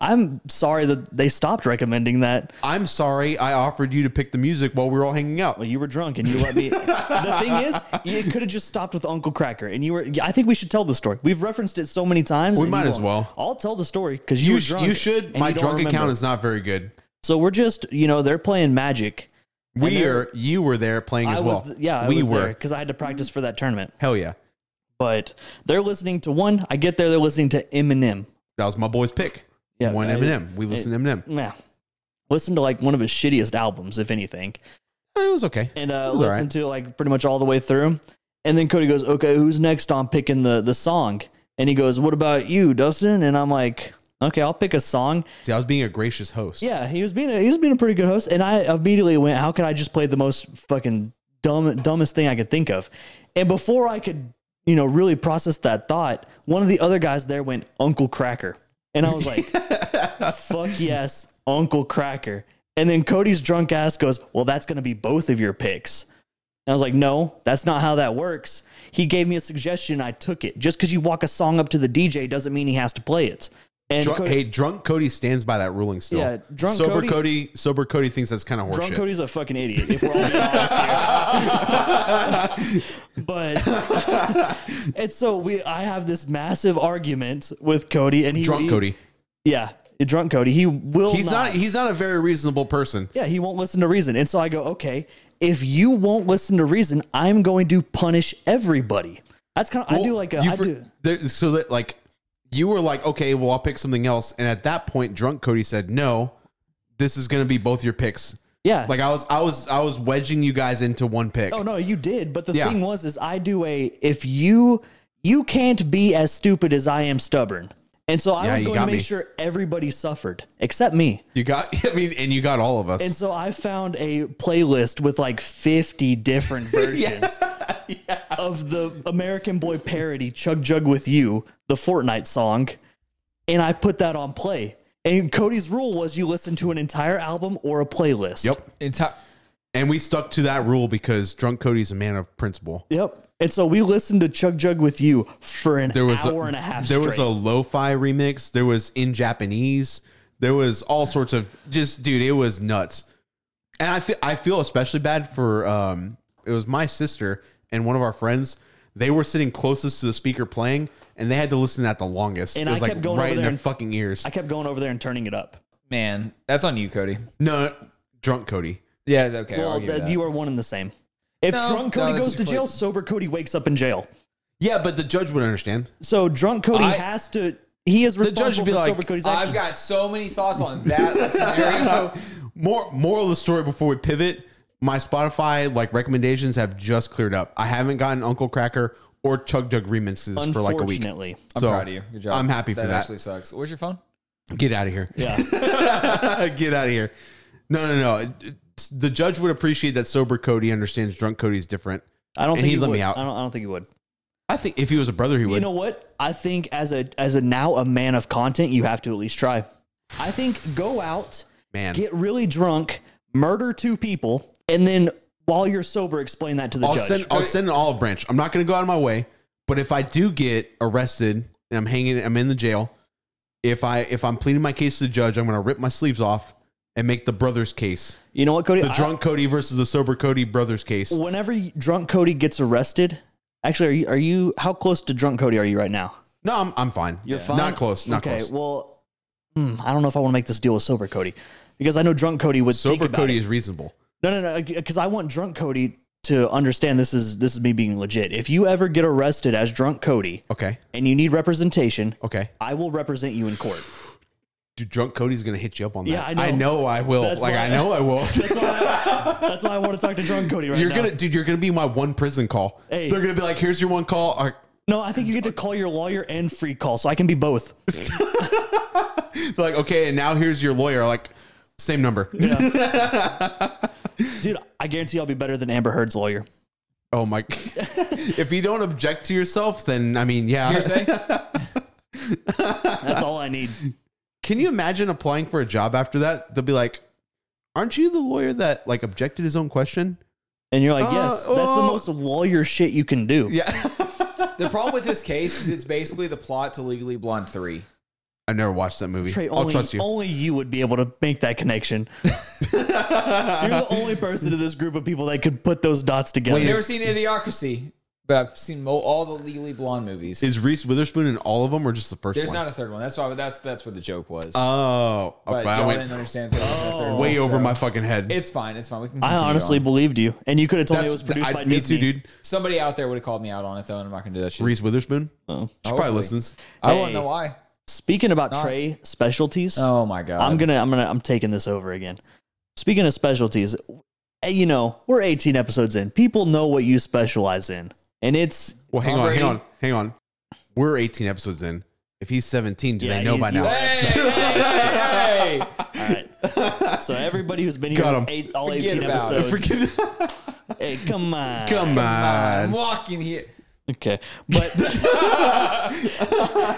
C: I'm sorry that they stopped recommending that.
A: I'm sorry. I offered you to pick the music while we were all hanging out.
C: Well, you were drunk and you let me. the thing is, it could have just stopped with Uncle Cracker, and you were. I think we should tell the story. We've referenced it so many times.
A: We
C: and
A: might
C: you
A: as
C: won't.
A: well.
C: I'll tell the story because you,
A: you,
C: were
A: sh-
C: drunk.
A: you should.
C: and
A: My
C: you don't
A: drunk account
C: remember.
A: is not very good.
C: So we're just, you know, they're playing Magic. And
A: We
C: they're-
A: are. You were there playing
C: I
A: as well.
C: was, yeah, I
A: we
C: was
A: were.
C: because I had to practice for that tournament.
A: Hell yeah,
C: But they're listening to one. I get there, they're listening to Eminem.
A: that was my boy's pick.
C: Yeah,
A: one
C: I-
A: Eminem. We listened to Eminem.
C: Yeah, listen to like one of his shittiest albums, if anything.
A: Eh, It was okay.
C: and uh,
A: It was all
C: listened
A: right.
C: to it, like pretty much all the way through. And then Cody goes, "Okay, who's next on picking the the song?" And he goes, "What about you, Dustin?" And I'm like, "Okay, I'll pick a song."
A: See, I was being a gracious host.
C: Yeah, he was being a, he was being a pretty good host, and I immediately went, "How could I just play the most fucking dumb dumbest thing I could think of?" And before I could, you know, really process that thought, one of the other guys there went Uncle Cracker, and I
A: [LAUGHS]
C: was like, "Fuck yes, Uncle Cracker." And then Cody's drunk ass goes, "Well, that's going to be both of your picks." And I was like, no, that's not how that works. He gave me a suggestion. I took it. Just because you walk a song up to the DJ doesn't mean he has to play it. And
A: Drunk,
C: Cody-
A: hey, drunk Cody stands by that ruling still.
C: Yeah, drunk
A: sober Cody,
C: Cody-
A: Sober Cody thinks that's kind of
C: Drunk
A: horseshit.
C: Cody's a fucking idiot. If we're all being honest here,
A: [LAUGHS]
C: but and so we, I have this massive argument with Cody, and he
A: Drunk
C: he-
A: Cody.
C: Yeah, drunk Cody. He will.
A: He's
C: not
A: not. He's not a very reasonable person.
C: Yeah, he won't listen to reason. And so I go, okay, if you won't listen to reason, I'm going to punish everybody. That's kind of I do
A: Well,
C: like a,
A: you
C: I
A: for-
C: do,
A: there- so that like you were like okay well I'll pick something else and at that point drunk Cody said no this is gonna be both your picks
C: yeah.
A: like I was I was I was wedging you guys into one pick
C: oh no, you did. But the
A: Yeah.
C: thing was, is I do a if you you can't be as stupid as I am stubborn. And so I
A: Yeah,
C: was
A: you
C: going to
A: got
C: make
A: me.
C: sure everybody suffered except me.
A: you got [LAUGHS] I mean and you got all of us
C: And so I found a playlist with like 50
A: [LAUGHS]
C: different versions of the American Boy parody Chug Jug with You, the Fortnite song. And I put that on play. And Cody's rule was you listen to an entire album or a playlist.
A: yep
B: Enti-
A: and we stuck to that rule because drunk Cody's a man of principle
C: Yep. And so we listened to Chug Jug with You for an
A: there was
C: hour
A: a,
C: and a half
A: there was
C: straight.
A: a lo-fi remix there was in Japanese there was all sorts of just dude it was nuts and I feel I feel especially bad for um it was my sister and one of our friends. They were sitting closest to the speaker playing, and they had to listen to that the longest.
C: And
A: it was
C: I
A: like
C: kept going
A: right
C: over
A: in
C: there
A: their
C: and-
A: fucking ears.
C: I kept going over there and turning it up.
B: man, that's on you, Cody.
A: no, no, drunk Cody.
B: Yeah, it's okay.
C: Well,
B: I'll give you
C: that,
B: that.
C: you are one and the same. If
B: No,
C: drunk
B: no,
C: Cody
B: that's
C: goes to
B: just
C: jail,
B: like-
C: sober Cody wakes up in jail.
A: Yeah, but the judge would understand.
C: So drunk Cody
B: I-
C: has to. He is
A: judge would
C: responsible
A: be
C: for
A: like,
C: sober Cody's actions.
B: I've got so many thoughts on
A: [LAUGHS]
B: that scenario.
A: More moral of the story before we pivot. My Spotify like recommendations have just cleared up. I haven't gotten Uncle Cracker or Chug Jug remixes for like a week.
C: Unfortunately,
B: I'm
A: So,
B: proud of you. Good job.
A: I'm happy for
B: That
A: that.
B: actually sucks. Where's your phone?
A: Get out of here.
C: yeah.
A: [LAUGHS] Get out of here. No, no, no. It- it's- The judge would appreciate that sober Cody understands drunk Cody's different.
C: I don't
A: And
C: think
A: he
C: he
A: let me
C: would.
A: out.
C: I don't, I don't think he would.
A: I think if he was a brother, he would.
C: You know what? I think as a as a now a man of content, you have to at least try. I think go out,
A: Man.
C: get really drunk, murder two people, and then while you're sober, explain that to the
A: I'll
C: judge.
A: extend, I'll extend an olive branch. I'm not going to go out of my way, but if I do get arrested and I'm hanging, I'm in the jail. If I if I'm pleading my case to the judge, I'm going to rip my sleeves off and make the brothers case,
C: you know what, Cody?
A: the
C: I-
A: drunk Cody versus the sober Cody brothers case.
C: whenever you- drunk Cody gets arrested, actually, are you are you how close to drunk Cody are you right now?
A: No, I'm I'm fine.
C: You're fine.
A: Not close. Not
C: okay,
A: close.
C: Well, hmm, I don't know if I want to make this deal with sober Cody because I know drunk Cody would
A: sober
C: think about
A: Cody
C: it.
A: is reasonable.
C: No, no, no. Because I want drunk Cody to understand this is this is me being legit. If you ever get arrested as drunk Cody
A: Okay.
C: and you need representation,
A: Okay.
C: I will represent you in court.
A: Dude, drunk Cody's going to hit you up on that.
C: Yeah, I know.
A: I know I will.
C: That's
A: like
C: why-
A: I know I will.
C: That's why. [LAUGHS] I, that's why I want to talk to drunk Cody right
A: [LAUGHS] You're
C: now.
A: gonna, dude. You're gonna be my one prison call.
C: Hey.
A: They're gonna be like, "Here's your one call." Or-
C: no, I think you get to call your lawyer and free call, so I can be both.
A: They're like, "Okay," and now here's your lawyer. Like, same number.
C: [LAUGHS] Dude, I guarantee I'll be better than Amber Heard's lawyer.
A: Oh my! [LAUGHS] if you don't object to yourself, then I mean, yeah. [LAUGHS]
B: Hearsay?
C: That's all I need.
A: Can you imagine applying for a job after that? They'll be like, "Aren't you the lawyer that like objected his own question?"
C: And you're like,
A: Uh,
C: yes, that's the
A: well-
C: most lawyer shit you can do.
A: Yeah,
B: the problem with this case is it's basically the plot to Legally Blonde 3.
A: I've never watched that movie.
C: Trey,
A: I'll
C: only,
A: trust you.
C: only you would be able to make
A: [LAUGHS]
C: that connection. You're the only person in this group of people that could put those dots together.
B: I've never seen Idiocracy, but I've seen mo- all the Legally Blonde movies.
A: Is Reese Witherspoon in all of them, or just the first
B: There's
A: one?
B: not a third one. That's why. That's that's where the joke was.
A: oh,
B: but
A: okay,
B: y'all
A: I went
B: didn't understand. if there was a third
A: way
B: one,
A: over
B: so-
A: my fucking head.
B: It's fine. It's fine. We can.
C: I
B: continue
C: honestly
B: on.
C: believed you, and you could have told me it was
A: th-
C: produced
A: I-
C: by
A: me
C: Disney.
A: too, dude.
B: somebody out there would have called me out on it though, and I'm not gonna do that shit.
A: Reese Witherspoon. She
C: Oh.
A: probably
B: Hopefully.
A: listens.
B: I want
C: Hey.
B: to know why.
C: Speaking about Trey specialties,
B: Oh my god.
A: Uh,
C: I'm gonna, I'm gonna, I'm taking this over again. Speaking of specialties, eh, you know, we're 18 episodes in. People know what you specialize in, and it's
A: Well, hang
B: Tom
A: on,
B: Brady.
A: hang on, hang on. We're 18 episodes in. If he's 17, do
C: Yeah,
A: they know
C: you-
A: by
C: you-
A: now?
C: [LAUGHS]
B: Hey, hey, hey, hey.
C: all
A: [LAUGHS]
C: right. so everybody who's been here
A: Got 'em.
C: eight, all
B: Forget
C: 18
B: about it.
C: episodes.
A: Forget-
C: Hey, come on,
A: Come
B: I'm
A: on.
B: walking here.
C: Okay, but. [LAUGHS]
B: That's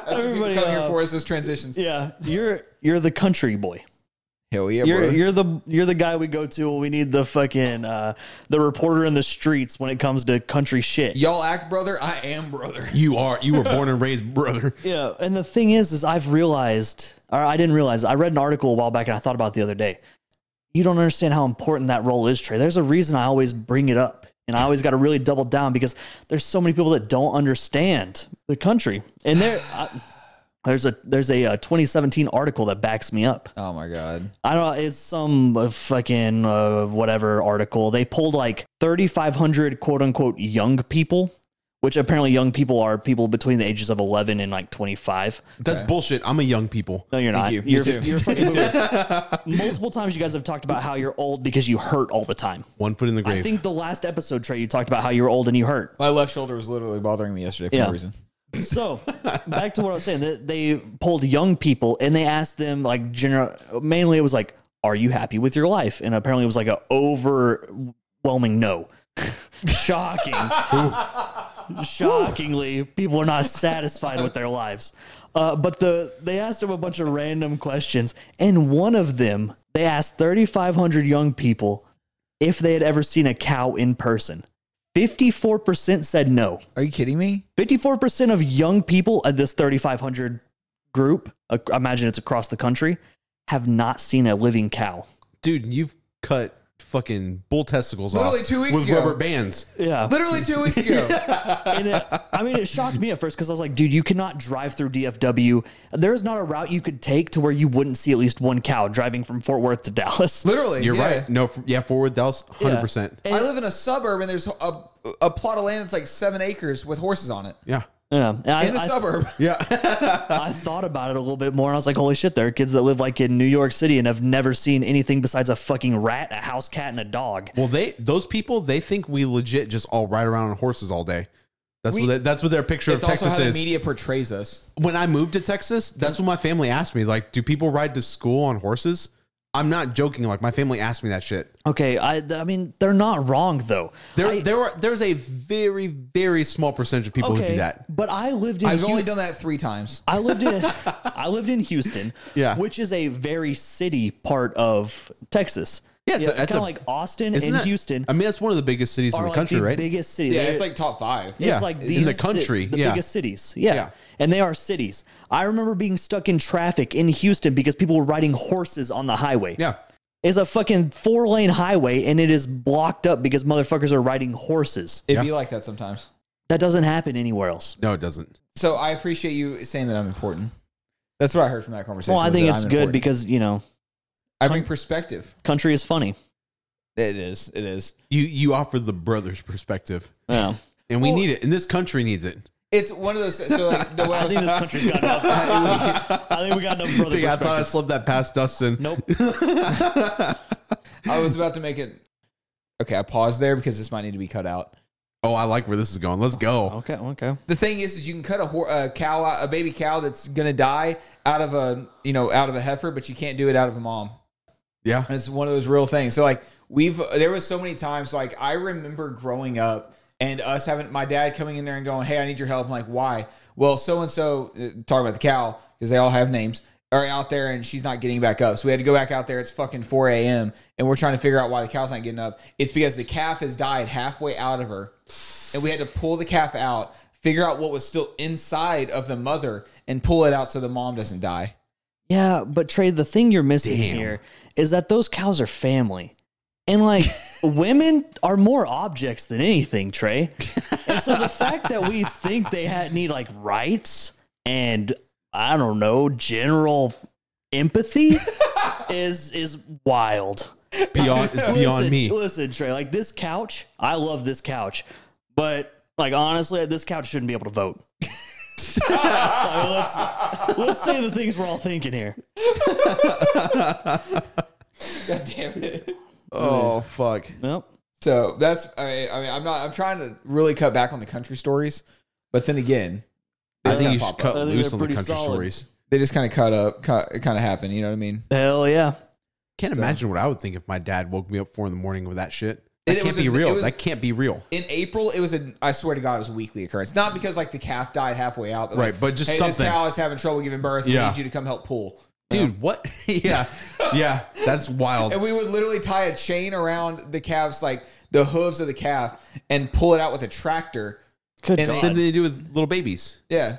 C: Everybody,
B: what people come
C: uh,
B: here for is those transitions.
C: Yeah, you're you're the country boy.
B: Hell yeah,
C: You're
B: bro.
C: you're the you're the guy we go to when we need the fucking uh, the reporter in the streets when it comes to country shit.
B: Y'all act brother. I am brother. [LAUGHS]
A: You are. You were born [LAUGHS] and raised, brother.
C: Yeah, and the thing is, is I've realized, or I didn't realize, I read an article a while back, and I thought about it the other day. You don't understand how important that role is, Trey. There's a reason I always bring it up, and I always got to really double down because there's so many people that don't understand the country, and they're. I, There's a there's a, uh 2017 article that backs me up.
B: Oh my god.
C: I don't know. It's some uh, fucking uh, whatever article. They pulled like 3,500 quote unquote young people, which apparently young people are people between the ages of 11 and like 25.
A: That's bullshit. I'm a young people.
C: No, you're not.
B: you. Me
C: You're,
B: too.
C: you're fucking multiple times. You guys have talked about how you're old because you hurt all the time.
A: One foot in the
C: I
A: grave.
C: think the last episode, Trey, you talked about how you were old and you hurt.
B: My left shoulder was literally bothering me yesterday for
C: Yeah.
B: no reason.
C: So back to what I was saying, they, they polled young people and they asked them like general. Mainly, it was like, "Are you happy with your life?" And apparently, it was like a overwhelming no. [LAUGHS] Shocking. Shockingly, people are not satisfied with their lives. Uh, but the they asked him a bunch of random questions, and one of them they asked 3,500 young people if they had ever seen a cow in person. 54% said no.
B: Are you kidding me?
C: 54% of young people at this 3,500 group, I imagine it's across the country, have not seen a living cow.
A: Dude, you've cut fucking bull testicles off.
B: Literally two weeks
A: With
B: ago.
A: rubber bands.
C: Yeah.
B: Literally two weeks ago.
C: And it, I mean, it shocked me at first because I was like, dude, you cannot drive through DFW. There is not a route you could take to where you wouldn't see at least one cow driving from Fort Worth
B: [LAUGHS]
C: to Dallas.
B: Literally.
A: You're
B: yeah.
A: right. No, f- yeah, forward Dallas, 100%. Yeah.
B: I live in a suburb and there's a, a plot of land that's like seven acres with horses on it.
A: Yeah.
C: Yeah. And I,
B: In the
C: I-
B: suburb.
C: I thought about it a little bit more and I was like, holy shit, there are kids that live like in New York City and have never seen anything besides a fucking rat, a house cat, and a dog.
A: [LAUGHS] Well, they those people they think we legit just all ride around on horses all day. That's what they, that's what their picture of
B: It's also
A: Texas
B: how the
A: is.
B: media portrays us.
A: when I moved to Texas, that's what my family asked me. Like, do people ride to school on horses? I'm not joking. Like, my family asked me that shit.
C: Okay. I, I mean, they're not wrong though.
A: There,
C: I-
A: there were there's a very very small percentage of people who do that.
C: But I lived in
B: I've
C: Hu-
B: only done that three times.
C: I
A: [LAUGHS]
C: lived in I lived in Houston,
A: Yeah.
C: which is a very city part of Texas.
A: Yeah, it's a- that's
C: kind of
A: a-
C: like Austin
A: Isn't
C: and
A: that-
C: Houston
A: I mean, that's one of the biggest cities in
C: are
A: the
C: like
A: country,
C: the
A: right?
C: biggest city.
B: Yeah,
C: They-
B: it's like top five.
A: Yeah.
C: it's like
A: in
C: these
A: the
C: ci-
A: country,
C: the
A: yeah.
C: biggest cities. Yeah.
A: Yeah.
C: and they are cities. I remember being stuck in traffic in Houston because people were riding horses on the highway.
A: Yeah,
C: It's a fucking four lane highway and it is blocked up because motherfuckers are riding horses.
B: It'd
A: Yeah.
B: be like that sometimes.
C: That doesn't happen anywhere else.
A: no, it doesn't.
B: So I appreciate you saying that I'm important. That's what I heard from that conversation.
C: Well, I
B: was
C: think
B: that
C: it's
B: I'm
C: good
B: important.
C: because you know
B: I bring perspective.
C: country is funny.
B: It is. It is.
A: You you offer the brother's perspective,
C: Yeah.
A: and we
B: Well-
A: need it, and this country needs it.
B: It's one of those. So like the way I
C: [LAUGHS] I
B: was,
C: think this country's got enough. I think we got
A: [LAUGHS]
C: enough brother
A: Dude, I thought I
C: perspective.
A: slipped that past Dustin.
C: Nope.
B: I was about to make it. Okay, I paused there because this might need to be cut out.
A: Oh, I like where this is going. Let's go.
C: Okay. Okay.
B: The thing is, is you can cut a, hor- a cow, out- a baby cow that's gonna die out of a you know out of a heifer, but you can't do it out of a mom.
C: [LAUGHS]
A: Yeah,
B: And it's one of those real things. So like we've there was so many times like I remember growing up and us having my dad coming in there and going, "Hey, I need your help." I'm like, "Why?" Well, so and so talking about the cow because they all have names are out there and she's not getting back up. So we had to go back out there. It's fucking 4 a.m. and we're trying to figure out why the cow's not getting up. It's because the calf has died halfway out of her, and we had to pull the calf out, figure out what was still inside of the mother, and pull it out so the mom doesn't die. [LAUGHS]
C: Yeah, but Trey, the thing you're missing
A: Damn.
C: here is that those cows are family, and like women are more objects than anything, Trey. And so the fact that we think they had need like rights and I don't know general empathy is is wild.
A: beyond it's beyond
C: listen,
A: me.
C: Listen, Trey, like this couch, I love this couch, but like honestly, this couch shouldn't be able to vote. [LAUGHS] Like, let's let's say the things we're all thinking here.
B: God damn it.
A: Oh fuck.
C: Nope.
B: So that's I mean, I mean I'm not I'm trying to really cut back on the country stories, but then again,
A: I
B: They're
A: think
B: gonna
A: you should
B: pop up.
A: cut
C: I think
A: loose
C: they're
A: on the
C: pretty
A: country
C: solid.
A: stories.
B: they just kind of cut up, cut, it kind of happened. You know what I mean?
C: Hell yeah.
A: Can't imagine what I would think if my dad woke me up four in the morning with that shit.
B: It-
A: That
B: it
A: can't
B: was
A: be
B: a- it
A: real.
B: was-
A: that can't be real.
B: In April, it was a I swear to God, it was a weekly occurrence. Not because like the calf died halfway out, but
A: Right,
B: like,
A: but just
B: hey,
A: something.
B: this cow is having trouble giving birth.
A: Yeah.
B: We need you to come help pull.
A: Dude, what? [LAUGHS] yeah. Yeah. That's wild.
B: And we would literally tie a chain around the calf's like the hooves of the calf and pull it out with a tractor.
C: Good
B: And
A: Same
C: God.
A: thing they do with little babies,
B: Yeah,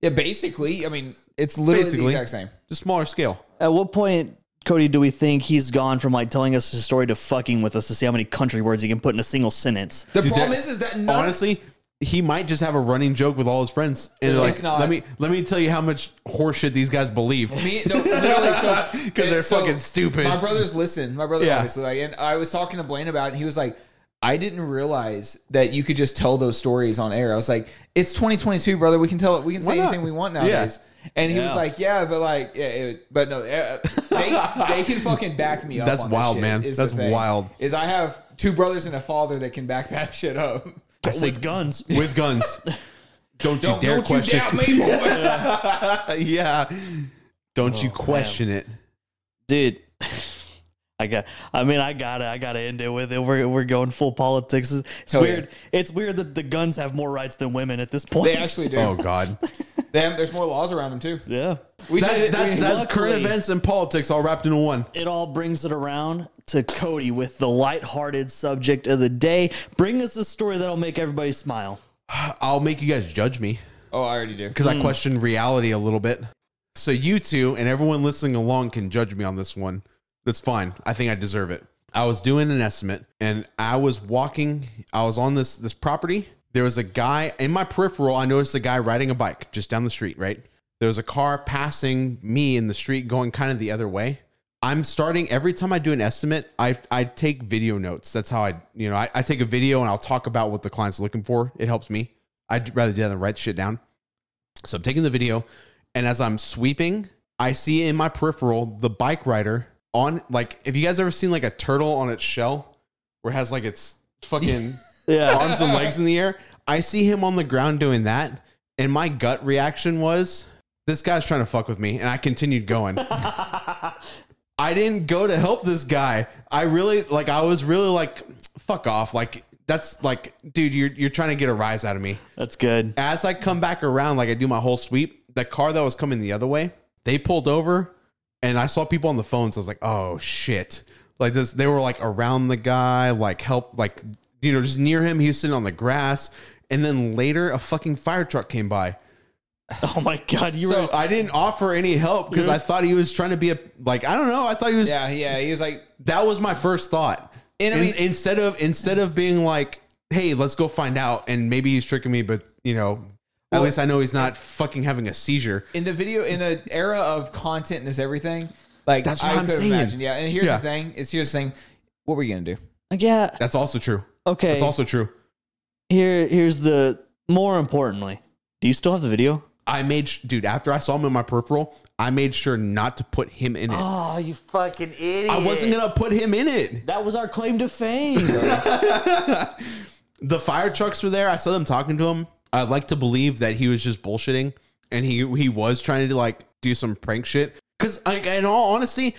B: yeah. Basically, I mean, it's literally
A: Basically.
B: the exact same.
A: just smaller scale.
C: At what point, Cody, do we think he's gone from like telling us his story to fucking with us to see how many country words he can put in a single sentence?
B: The
A: Dude,
B: problem
A: that-
B: is, is that none,
A: Honestly, he might just have a running joke with all his friends, and they're like,
B: It's not.
A: let me let me tell you how much horseshit these guys believe
B: Me, no, literally, so
A: [LAUGHS] because they're
B: so
A: fucking stupid.
B: My brothers listen. My brother
A: Yeah.
B: obviously like, and I was talking to Blaine about it. And he was like, I didn't realize that you could just tell those stories on air. I was like, it's 2022, brother. We can tell it. We can
A: Why
B: say
A: not?
B: anything we want nowadays. And he was
C: Yeah.
B: like, yeah, but like, yeah, it, but no, uh, they, they can fucking back me up.
A: That's
B: on this
A: wild,
B: shit,
A: man.
B: is the
A: That's
B: thing.
A: wild.
B: Is I have two brothers and a father that can back [LAUGHS] that shit up.
A: That's
C: with
A: like-
C: guns.
A: with [LAUGHS] guns. Don't you dare question.
B: me, boy.
A: [LAUGHS] yeah. Don't you question it.
C: dude. [LAUGHS] I got. I mean, I got to I got to end it with it. We're we're going full politics. It's, it's
B: Hell yeah.
C: weird. It's weird that the guns have more rights than women at this point.
B: they actually do.
A: Oh [LAUGHS] God,
B: They have, there's more laws around them too.
C: [LAUGHS] yeah.
B: We did
A: that's
B: it-
A: that's
B: we-
A: that's current
C: luckily-
A: events and politics all wrapped into one.
C: It all brings it around to Cody with the lighthearted subject of the day. Bring us a story that'll make everybody smile.
A: I'll make you guys judge me
B: Oh, I already do.
A: because I question reality a little bit. So you two and everyone listening along can judge me on this one. That's fine. I think I deserve it. I was doing an estimate and I was walking. I was on this this property. There was a guy in my peripheral. I noticed a guy riding a bike just down the street. Right. There was a car passing me in the street, going kind of the other way. I'm starting every time I do an estimate, I I take video notes. That's how I you know I, I take a video and I'll talk about what the client's looking for. It helps me. I'd rather do that than write shit down. So I'm taking the video, and as I'm sweeping, I see in my peripheral the bike rider on like if you guys ever seen like a turtle on its shell where it has like its fucking [LAUGHS]
C: Yeah.
A: arms and legs in the air. I see him on the ground doing that, and my gut reaction was this guy's trying to fuck with me, and I continued going. I didn't go to help this guy. I really like I was really like fuck off. Like that's like dude, you're you're trying to get a rise out of me
C: That's good.
A: as I come back around, like I do my whole sweep, the car that was coming the other way, they pulled over and I saw people on the phones. I was like, oh shit. Like this, they were like around the guy, like help, like, you know, just near him. He was sitting on the grass. And then later, a fucking fire truck came by.
C: Oh my god, you
A: So
C: were
A: I didn't offer any help because I thought he was trying to be a, like, I don't know. I thought he was,
B: Yeah, yeah. He was like,
A: that was my first thought.
B: And I
A: In-
B: mean-
A: instead of, instead of being like, hey, let's go find out. And maybe he's tricking me, but, you know, at
B: Well-
A: least I know he's not fucking having a seizure.
B: in the video in the era of content is everything. Like
A: That's what
B: I
A: I'm
B: could
A: saying.
B: imagine. Yeah, and here's
A: Yeah.
B: the thing: is here's the thing. What were you gonna do?
C: yeah.
A: That's also true.
C: Okay.
A: That's also true.
C: Here here's the more importantly. Do you still have the video?
A: I made, sh- dude, after I saw him in my peripheral, I made sure not to put him in it.
C: Oh, you fucking idiot.
A: I wasn't going to put him in it.
C: That was our claim
A: [LAUGHS]
C: to fame.
A: The fire trucks were there. I saw them talking to him. I like to believe that he was just bullshitting and he, he was trying to like do some prank shit. Cause like, in all honesty,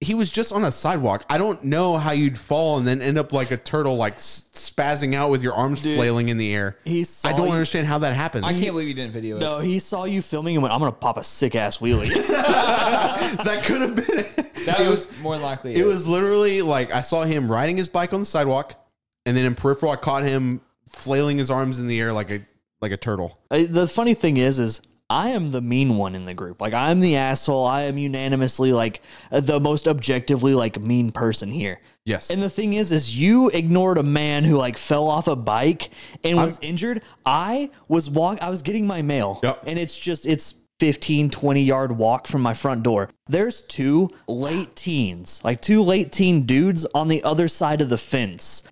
A: he was just on a sidewalk. I don't know how you'd fall and then end up like a turtle, like s- spazzing out with your arms flailing in the air.
C: He saw
A: I don't
C: you-
A: understand how that happens.
B: I
A: [LAUGHS]
B: can't believe you didn't video
C: No, he saw you filming and went, "I'm gonna pop a sick ass wheelie." [LAUGHS]
A: that could have been it.
B: it. [LAUGHS] That
A: It
B: was, more likely.
A: It was literally like I saw him riding his bike on the sidewalk, and then in peripheral, I caught him flailing his arms in the air like a like a turtle.
C: Uh, the funny thing is, is I am the mean one in the group. Like I'm the asshole. I am unanimously like uh, the most objectively like mean person here.
A: Yes,
C: And the thing is, is you ignored a man who like fell off a bike and was injured. I was walk. I was getting my mail,
A: Yep.
C: and it's just it's 15, 20 yard walk from my front door. There's two late teens, like two late teen dudes on the other side of the fence.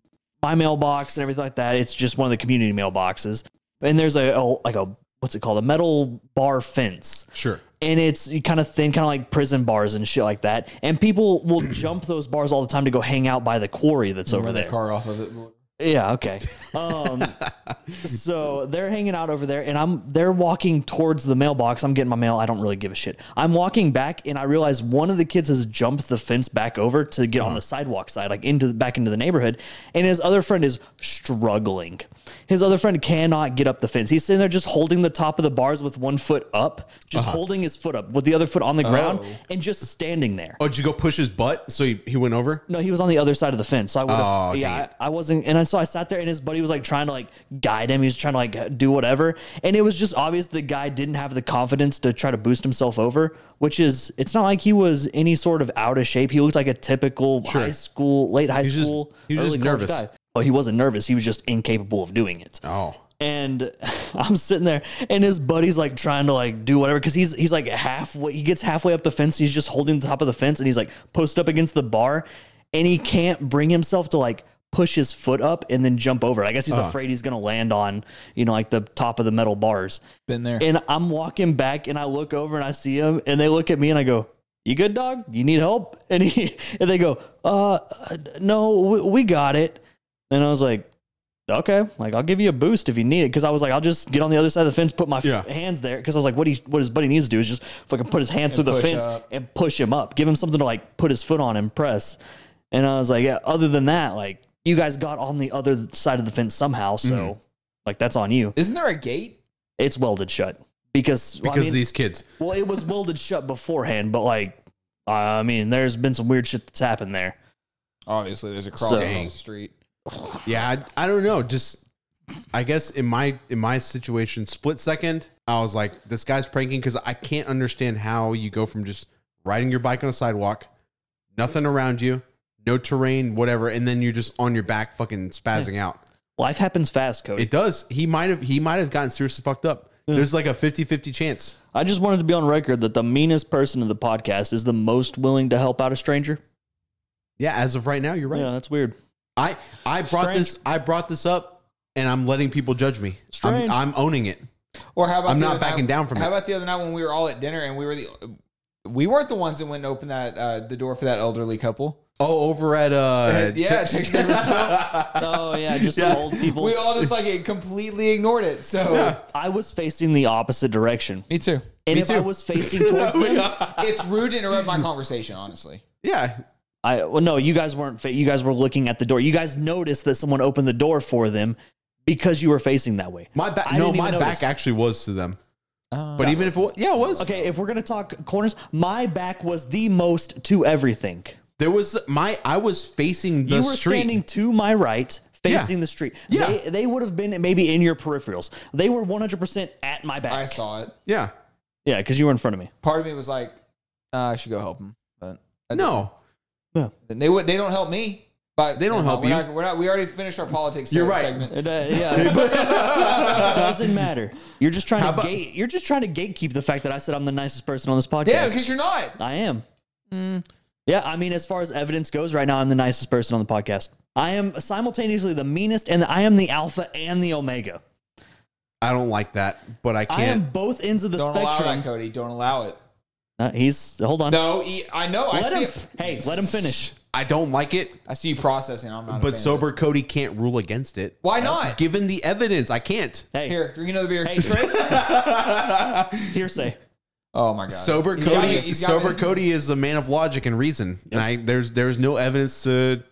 C: My mailbox and everything like that. It's just one of the community mailboxes, and there's a, a like a what's it called a metal bar fence
A: sure.
C: and it's kind of thin, kind of like prison bars and shit like that. And people will [CLEARS THROAT] jump those bars all the time to go hang out by the quarry that's over there.
B: car off of it. More.
C: Yeah, okay. Um, so they're hanging out over there, and I'm they're walking towards the mailbox. I'm getting my mail. I don't really give a shit. I'm walking back, and I realize one of the kids has jumped the fence back over to get on the sidewalk side, like into the, back into the neighborhood, and his other friend is struggling. His other friend cannot get up the fence. He's sitting there just holding the top of the bars with one foot up, just holding his foot up with the other foot on the ground, and just standing there.
A: Oh, did you go push his butt so he, he went over?
C: No, he was on the other side of the fence, so I would have.
A: Oh, dang
C: yeah,
A: it.
C: I, I wasn't, and I, so I sat there, and his buddy was like trying to like guide him. He was trying to like do whatever, and it was just obvious the guy didn't have the confidence to try to boost himself over. Which is, it's not like he was any sort of out of shape. He looked like a typical high school, late high
A: just-
C: school.
A: he was just
C: early college
A: nervous.
C: guy. Well, he wasn't nervous. He was just incapable of doing it.
A: Oh,
C: and [LAUGHS] I'm sitting there, and his buddy's like trying to like do whatever because he's he's like halfway. He gets halfway up the fence. He's just holding the top of the fence, and he's like post up against the bar, and he can't bring himself to like push his foot up and then jump over. I guess he's afraid he's gonna land on you know like the top of the metal bars.
B: Been there.
C: And I'm walking back, and I look over and I see him, and they look at me, and I go. You good, dog? You need help? [LAUGHS] And he and they go, uh, uh, no, we, we got it. And I was like, okay, like I'll give you a boost if you need it. Cause I was like, I'll just get on the other side of the fence, put my f-
A: Yeah.
C: hands there. Cause I was like, what he, what his buddy needs to do is just fucking put his hands through the
B: push
C: fence
B: up.
C: and push him up, give him something to like put his foot on and press. And I was like, yeah, other than that, like you guys got on the other side of the fence somehow. So like that's on you.
B: Isn't there a gate?
C: It's welded shut because, well, I
A: because
C: mean-
A: these kids.
C: well, it was welded shut beforehand, but like, I mean, there's been some weird shit that's happened there.
B: Obviously, there's a cross
C: So-
B: across
A: Dang.
B: the street.
A: Yeah, I, I don't know. Just I guess in my in my situation, split second, I was like, this guy's pranking because I can't understand how you go from just riding your bike on a sidewalk, nothing around you, no terrain, whatever, and then you're just on your back, fucking spazzing out.
C: Life happens fast, Cody.
A: It does. He might have he might have gotten seriously fucked up.
C: Hmm.
A: There's like a 50-50 chance.
C: I just wanted to be on record that the meanest person in the podcast is the most willing to help out a stranger.
A: Yeah, as of right now, you're right.
C: Yeah, that's weird.
A: I I brought
B: Strange.
A: this I brought this up, and I'm letting people judge me.
C: Strange.
A: I'm, I'm owning it.
B: Or how about
A: I'm
B: the
A: not
B: other
A: backing
B: night-
A: down from
B: How
A: it.
B: about the other night when we were all at dinner and we were the we weren't the ones that went and opened that uh, the door for that elderly couple.
A: Oh, over at uh,
B: yeah,
A: Tech- [LAUGHS]
B: Texas Neighborhood.
C: Oh yeah, just
A: Yeah.
C: old people.
B: we all just like it completely ignored it. So
C: I was facing the opposite direction,
B: me too.
C: and
A: Me
C: if
A: too.
C: I
A: [LAUGHS]
C: was facing towards them,
B: It's rude to interrupt my conversation. Honestly,
A: yeah,
C: I well, no, you guys weren't. Fa- you guys were looking at the door. You guys noticed that someone opened the door for them because you were facing that way.
A: My back,
C: I
A: no,
C: didn't
A: my
C: even
A: back
C: notice.
A: actually was to them. but even if it, wa- yeah, it was.
C: Okay, if we're gonna talk corners, my back was the most to everything.
A: There was my, I was facing the
C: you were
A: street.
C: standing to my right facing
A: Yeah.
C: the street
A: Yeah.
C: they, they would have been maybe in your peripherals they were 100% at my back
B: I saw it.
A: yeah,
C: yeah because you were in front of me
B: Part of me was like, uh, I should go help him, but I didn't.
A: no,
B: And they would. They don't help me. But
A: They don't
B: Never
A: help
B: mind. we're
A: you.
B: Not, we're not. We already finished our politics.
A: You're right.
B: Segment.
C: It, uh, yeah it [LAUGHS] doesn't matter you're just trying
A: How
C: to
A: about-
C: gate you're just trying to gatekeep the fact that i said i'm the nicest person on this podcast
B: Yeah, because you're not.
C: i am
A: Mm.
C: yeah i mean as far as evidence goes right now i'm the nicest person on the podcast i am simultaneously the meanest and i am the alpha and the omega
A: I don't like that, but I
C: i am
A: can't.
C: both ends of the
B: Don't allow that,
C: spectrum
B: Cody. Don't allow it.
C: Uh, he's hold on
B: No, he- I know. I
C: let
B: see.
C: him,
B: it.
C: hey let him finish
A: I don't like it,
B: I see you processing. I'm not. a fan
A: but
B: of it.
A: sober Cody can't rule against it.
B: Why not?
A: Given the evidence, I can't.
C: Hey,
B: Here, drink another beer.
C: [LAUGHS] hey, Trey. hearsay.
B: [LAUGHS] Oh my god.
A: Sober
B: He's got
A: Cody,
B: me- he's got
A: sober
B: me.
A: Cody is a man of logic and reason, and I there's there's no evidence to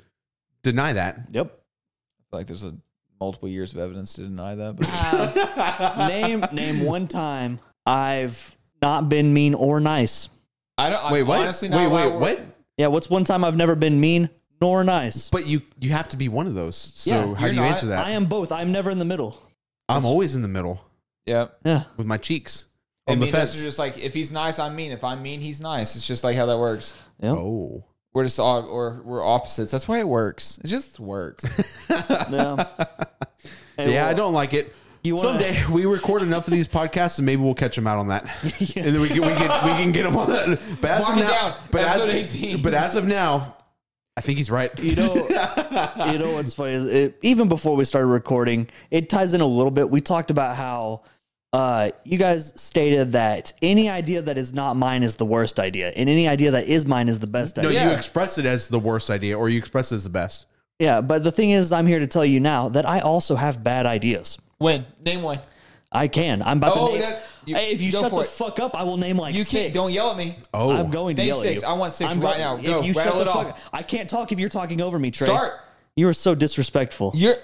A: deny that.
C: Yep.
B: like there's a multiple years of evidence to deny that.
A: [LAUGHS]
B: But
C: name name one time I've not been mean or nice.
B: I don't.
A: Wait,
B: I'm
A: what?
B: Honestly, not
A: wait, wait,
B: allowed-
A: what?
C: Yeah, what's one time I've never been mean nor nice?
A: But you you have to be one of those. So
C: Yeah,
A: how
B: you're
A: do you
B: not.
A: answer that?
C: I am both. I'm never in the middle.
A: I'm always in the middle
B: Yeah.
C: Yeah.
A: with my cheeks
B: I
A: on the
B: mean, that's
A: fence.
B: just like if he's nice, I'm mean. If I'm mean, he's nice. It's just like how that works.
C: Yep.
A: Oh.
B: We're just all or we're opposites. That's why it works. It just works. [LAUGHS]
C: Yeah. Hey,
A: Yeah, I
C: well,
A: don't like it.
C: You wanna-
A: Someday [LAUGHS] we record enough of these podcasts and maybe we'll catch them out on
B: [LAUGHS]
A: that, and then we can we can we can get them on that. But as
B: Mark
A: of
B: it
A: now,
B: down.
A: but
B: Episode
A: as
B: 18.
A: but as of now, I think he's right.
C: You know, you know what's funny is it, even before we started recording, it ties in a little bit. We talked about how uh, you guys stated that any idea that is not mine is the worst idea, and any idea that is mine is the best idea.
A: [LAUGHS] no, you
B: Yeah.
A: express it as the worst idea, or you express it as the best.
C: Yeah, but the thing is, I'm here to tell you now that I also have bad ideas.
B: When name one.
C: I can. I'm about
B: Oh,
C: to. Name,
B: that- you-
C: hey, if you
B: go
C: shut
B: for
C: the
B: it.
C: fuck up, I will name like
B: You
C: six.
B: can't. Don't yell at me.
A: Oh,
C: I'm going to
B: Name
C: yell
B: six.
C: at you.
B: I want six
C: I'm
B: right
C: going-
B: now. Go,
C: If you shut
B: rattle
C: the
B: it
C: fuck,
B: off.
C: I can't talk if you're talking over me, Trey.
B: Start.
C: You are so disrespectful
B: You're.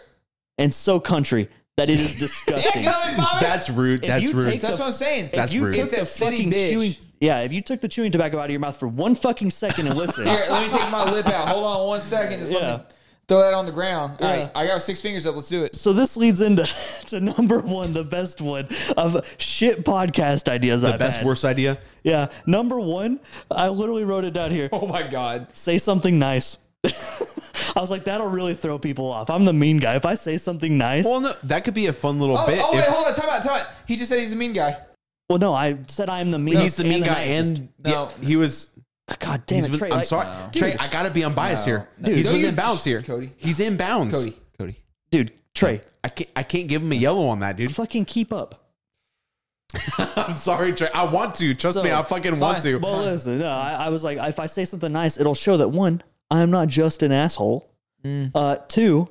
C: and so country that
A: [LAUGHS]
C: it is disgusting.
B: Yeah, go, Bobby.
A: That's rude.
C: If
A: That's
C: you
A: rude.
C: take
B: That's what I'm saying.
A: That's
C: if you
A: rude.
C: took
A: It's
C: the
B: that city
C: fucking
B: bitch.
C: chewing, yeah, if you took the chewing tobacco out of your mouth for one fucking second
A: [LAUGHS]
C: and listen,
B: Here, let me take my lip out. Hold on one second. Just
C: Yeah.
B: let me throw that on the ground. All
C: Yeah.
B: right, I got six fingers up. Let's do [LAUGHS] it.
C: So this leads into [LAUGHS] to number one, the best one of shit podcast ideas.
A: the best worst idea.
C: Yeah, number one. I literally wrote it down here.
B: Oh my god.
C: Say something nice. [LAUGHS] I was like, that'll really throw people off. I'm the mean guy. If I say something nice,
A: Well, no, that could be a fun little
B: Oh,
A: bit.
B: oh, wait,
A: if-
B: hold on, time out, time out. He just said he's a mean guy.
C: well, no, I said I'm the mean.
A: he's the mean guy, and
B: No.
A: yeah, he was.
C: God damn
A: he's
C: it,
A: been-
C: Trey,
A: I'm
C: like-
A: sorry,
C: Dude.
A: Trey. I gotta be unbiased here.
B: No.
A: he's
B: No,
A: been
B: you-
A: in bounds here,
B: Cody.
A: He's in bounds.
B: Cody, Cody.
C: dude. Trey,
A: I can't. I can't give him a yellow on that, dude.
C: fucking keep up.
A: [LAUGHS] I'm sorry, Trey. I want to. Trust
C: So,
A: me, I fucking want
B: fine.
A: to.
C: Well, listen, no, I, I was like, if I say something nice, it'll show that one, I'm not just an asshole.
A: Mm.
C: Uh, two,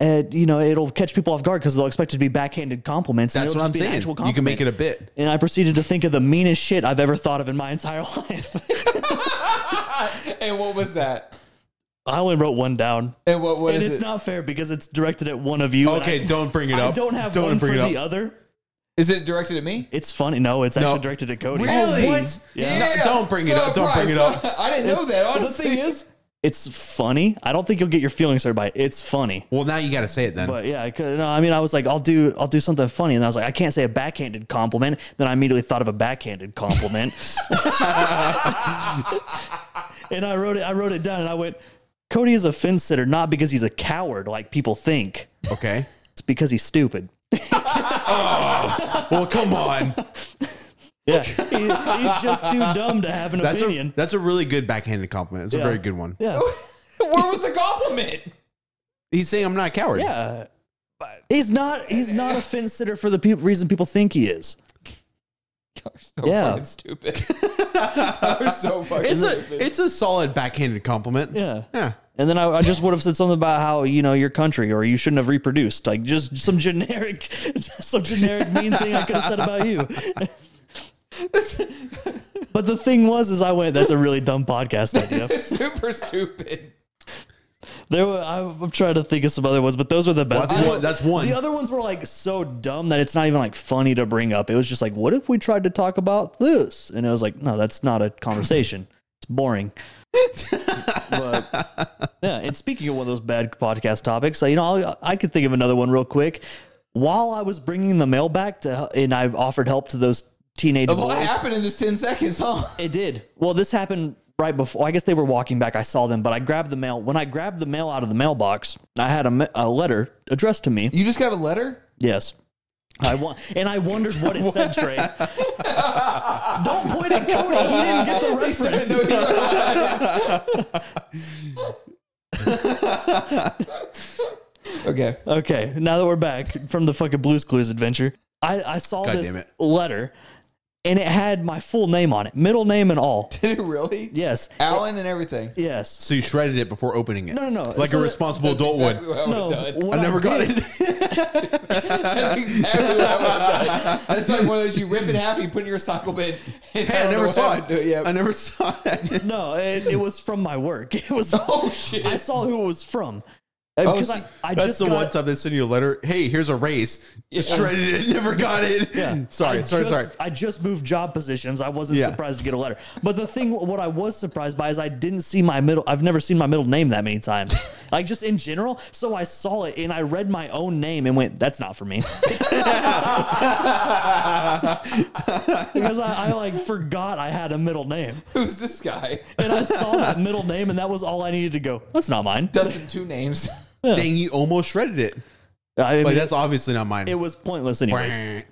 C: uh, you know, it'll catch people off guard because they'll expect it to be backhanded compliments. and
A: That's
C: it'll
A: what
C: just
A: I'm
C: be an
A: saying.
C: actual
A: You can make
C: compliment.
A: it a bit.
C: and I proceeded to think of the meanest shit I've ever thought of in my [LAUGHS] entire life.
B: [LAUGHS] And what was that?
C: I only wrote one down.
B: And what what
C: and
B: is
C: it's
B: it?
C: not fair because it's directed at one of you. and
A: Okay,
C: I,
A: don't bring it
C: I
A: up.
C: don't have
A: Don't
C: one
A: bring
C: for
A: it up.
C: the other.
B: Is it directed at me?
C: It's funny. No, it's actually
A: No.
C: directed at Cody.
A: Really?
B: Oh, what?
A: Yeah. No, don't bring it up, don't bring it
B: Surprise.
A: up.
B: [LAUGHS] I didn't know
C: It's-
B: that.
C: [LAUGHS] the
B: Honestly,
C: thing is, it's funny. I don't think you'll get your feelings hurt by it. It's funny.
A: Well, now you got to say it then. [LAUGHS]
C: But yeah, I could, no, I mean, I was like, I'll do, I'll do something funny, and I was like, I can't say a backhanded compliment. Then I immediately thought of a backhanded compliment, [LAUGHS] and I wrote it, I wrote it down, and I went, Cody is a fence sitter, not because he's a coward like people think.
A: okay.
C: It's because he's stupid.
A: Well, come on. [LAUGHS]
C: Yeah, [LAUGHS] he, he's just too dumb to have an
A: That's a
C: opinion.
A: that's a really good backhanded compliment. It's a
C: Yeah.
A: very good one.
C: yeah,
B: [LAUGHS] where was the compliment?
A: He's saying I'm not a coward.
C: yeah. He's not. He's not a fence sitter for the peop reason people think he is.
B: Y'all are so
C: Yeah.
B: fucking stupid. [LAUGHS] Y'all are so fucking
A: It's
B: stupid.
A: a it's a solid backhanded compliment.
C: Yeah.
A: Yeah.
C: And then I, I just would have said something about how you know your country or you shouldn't have reproduced, like just some generic, [LAUGHS] some generic mean thing I could have said about you.
B: [LAUGHS]
C: but the thing was, is I went, that's a really dumb podcast idea.
B: super stupid.
C: There, were, I, I'm trying to think of some other ones, but those were the best.
A: That's one. That's one.
C: The other ones were like so dumb that it's not even like funny to bring up. It was just like, what if we tried to talk about this? And it was like, no, that's not
A: [LAUGHS]
C: a conversation. it's boring. but yeah, and speaking of one of those bad podcast topics, uh, you know, I'll, I could think of another one real quick. While I was bringing the mail back to, and I offered help to those teenage
B: What
C: boys,
B: happened in this ten seconds, huh?
C: it did. Well, this happened right before. I guess they were walking back. I saw them, but I grabbed the mail. When I grabbed the mail out of the mailbox, I had a, me- a letter addressed to me.
B: You just got a letter.
C: Yes. I won- and I wondered what
A: [LAUGHS]
C: it said, Trey. Don't point at Cody. He didn't
A: [LAUGHS]
C: get the reference.
B: [LAUGHS] okay.
C: Okay, now that we're back from the fucking Blues Clues adventure, I, I saw
A: God
C: this
A: damn it.
C: letter and it had my full name on it, middle name and all.
B: Did it really?
C: Yes.
B: Alan and everything.
C: Yes.
A: So you shredded it before opening it.
C: No, no, no.
A: Like
C: So
A: a
C: that-
A: responsible
B: That's
A: adult
B: exactly
A: would.
B: what I
C: No,
B: would've done.
C: what
A: I never got
C: did- [LAUGHS]
A: it.
B: That's exactly what I would [LAUGHS] have done. It's like one of those you rip in half, you put in your recycle [LAUGHS] bin. And
A: I
B: don't know
A: never
B: what
A: saw
B: I would do. [LAUGHS]
A: it.
B: Yeah.
A: I never saw it.
C: No, it, it was from my work. [LAUGHS] It was.
B: Oh shit.
C: I saw who it was from. Uh, Because
B: see,
C: I, [LAUGHS] I
A: Oh, That's
C: just
A: the
C: got-
A: one time they send you a letter. Hey, here's a race. Just shredded it. Never got it.
C: [LAUGHS] Yeah.
A: Sorry.
C: I
A: sorry.
C: just,
A: sorry.
C: I just moved job positions. I wasn't
A: Yeah.
C: surprised to get a letter. But the thing, what I was surprised by is I didn't see my middle. I've never seen my middle name that many
A: [LAUGHS]
C: times. like just in general. So I saw it and I read my own name and went, "That's not for
A: [LAUGHS]
C: me," because I, I like forgot I had a middle name.
B: Who's this guy?
C: And I saw that middle name and that was all I needed to go. That's not mine.
B: Dustin, two names. [LAUGHS]
A: Dang, you almost shredded it.
C: I mean,
A: Like that's obviously not mine.
C: it was pointless anyways.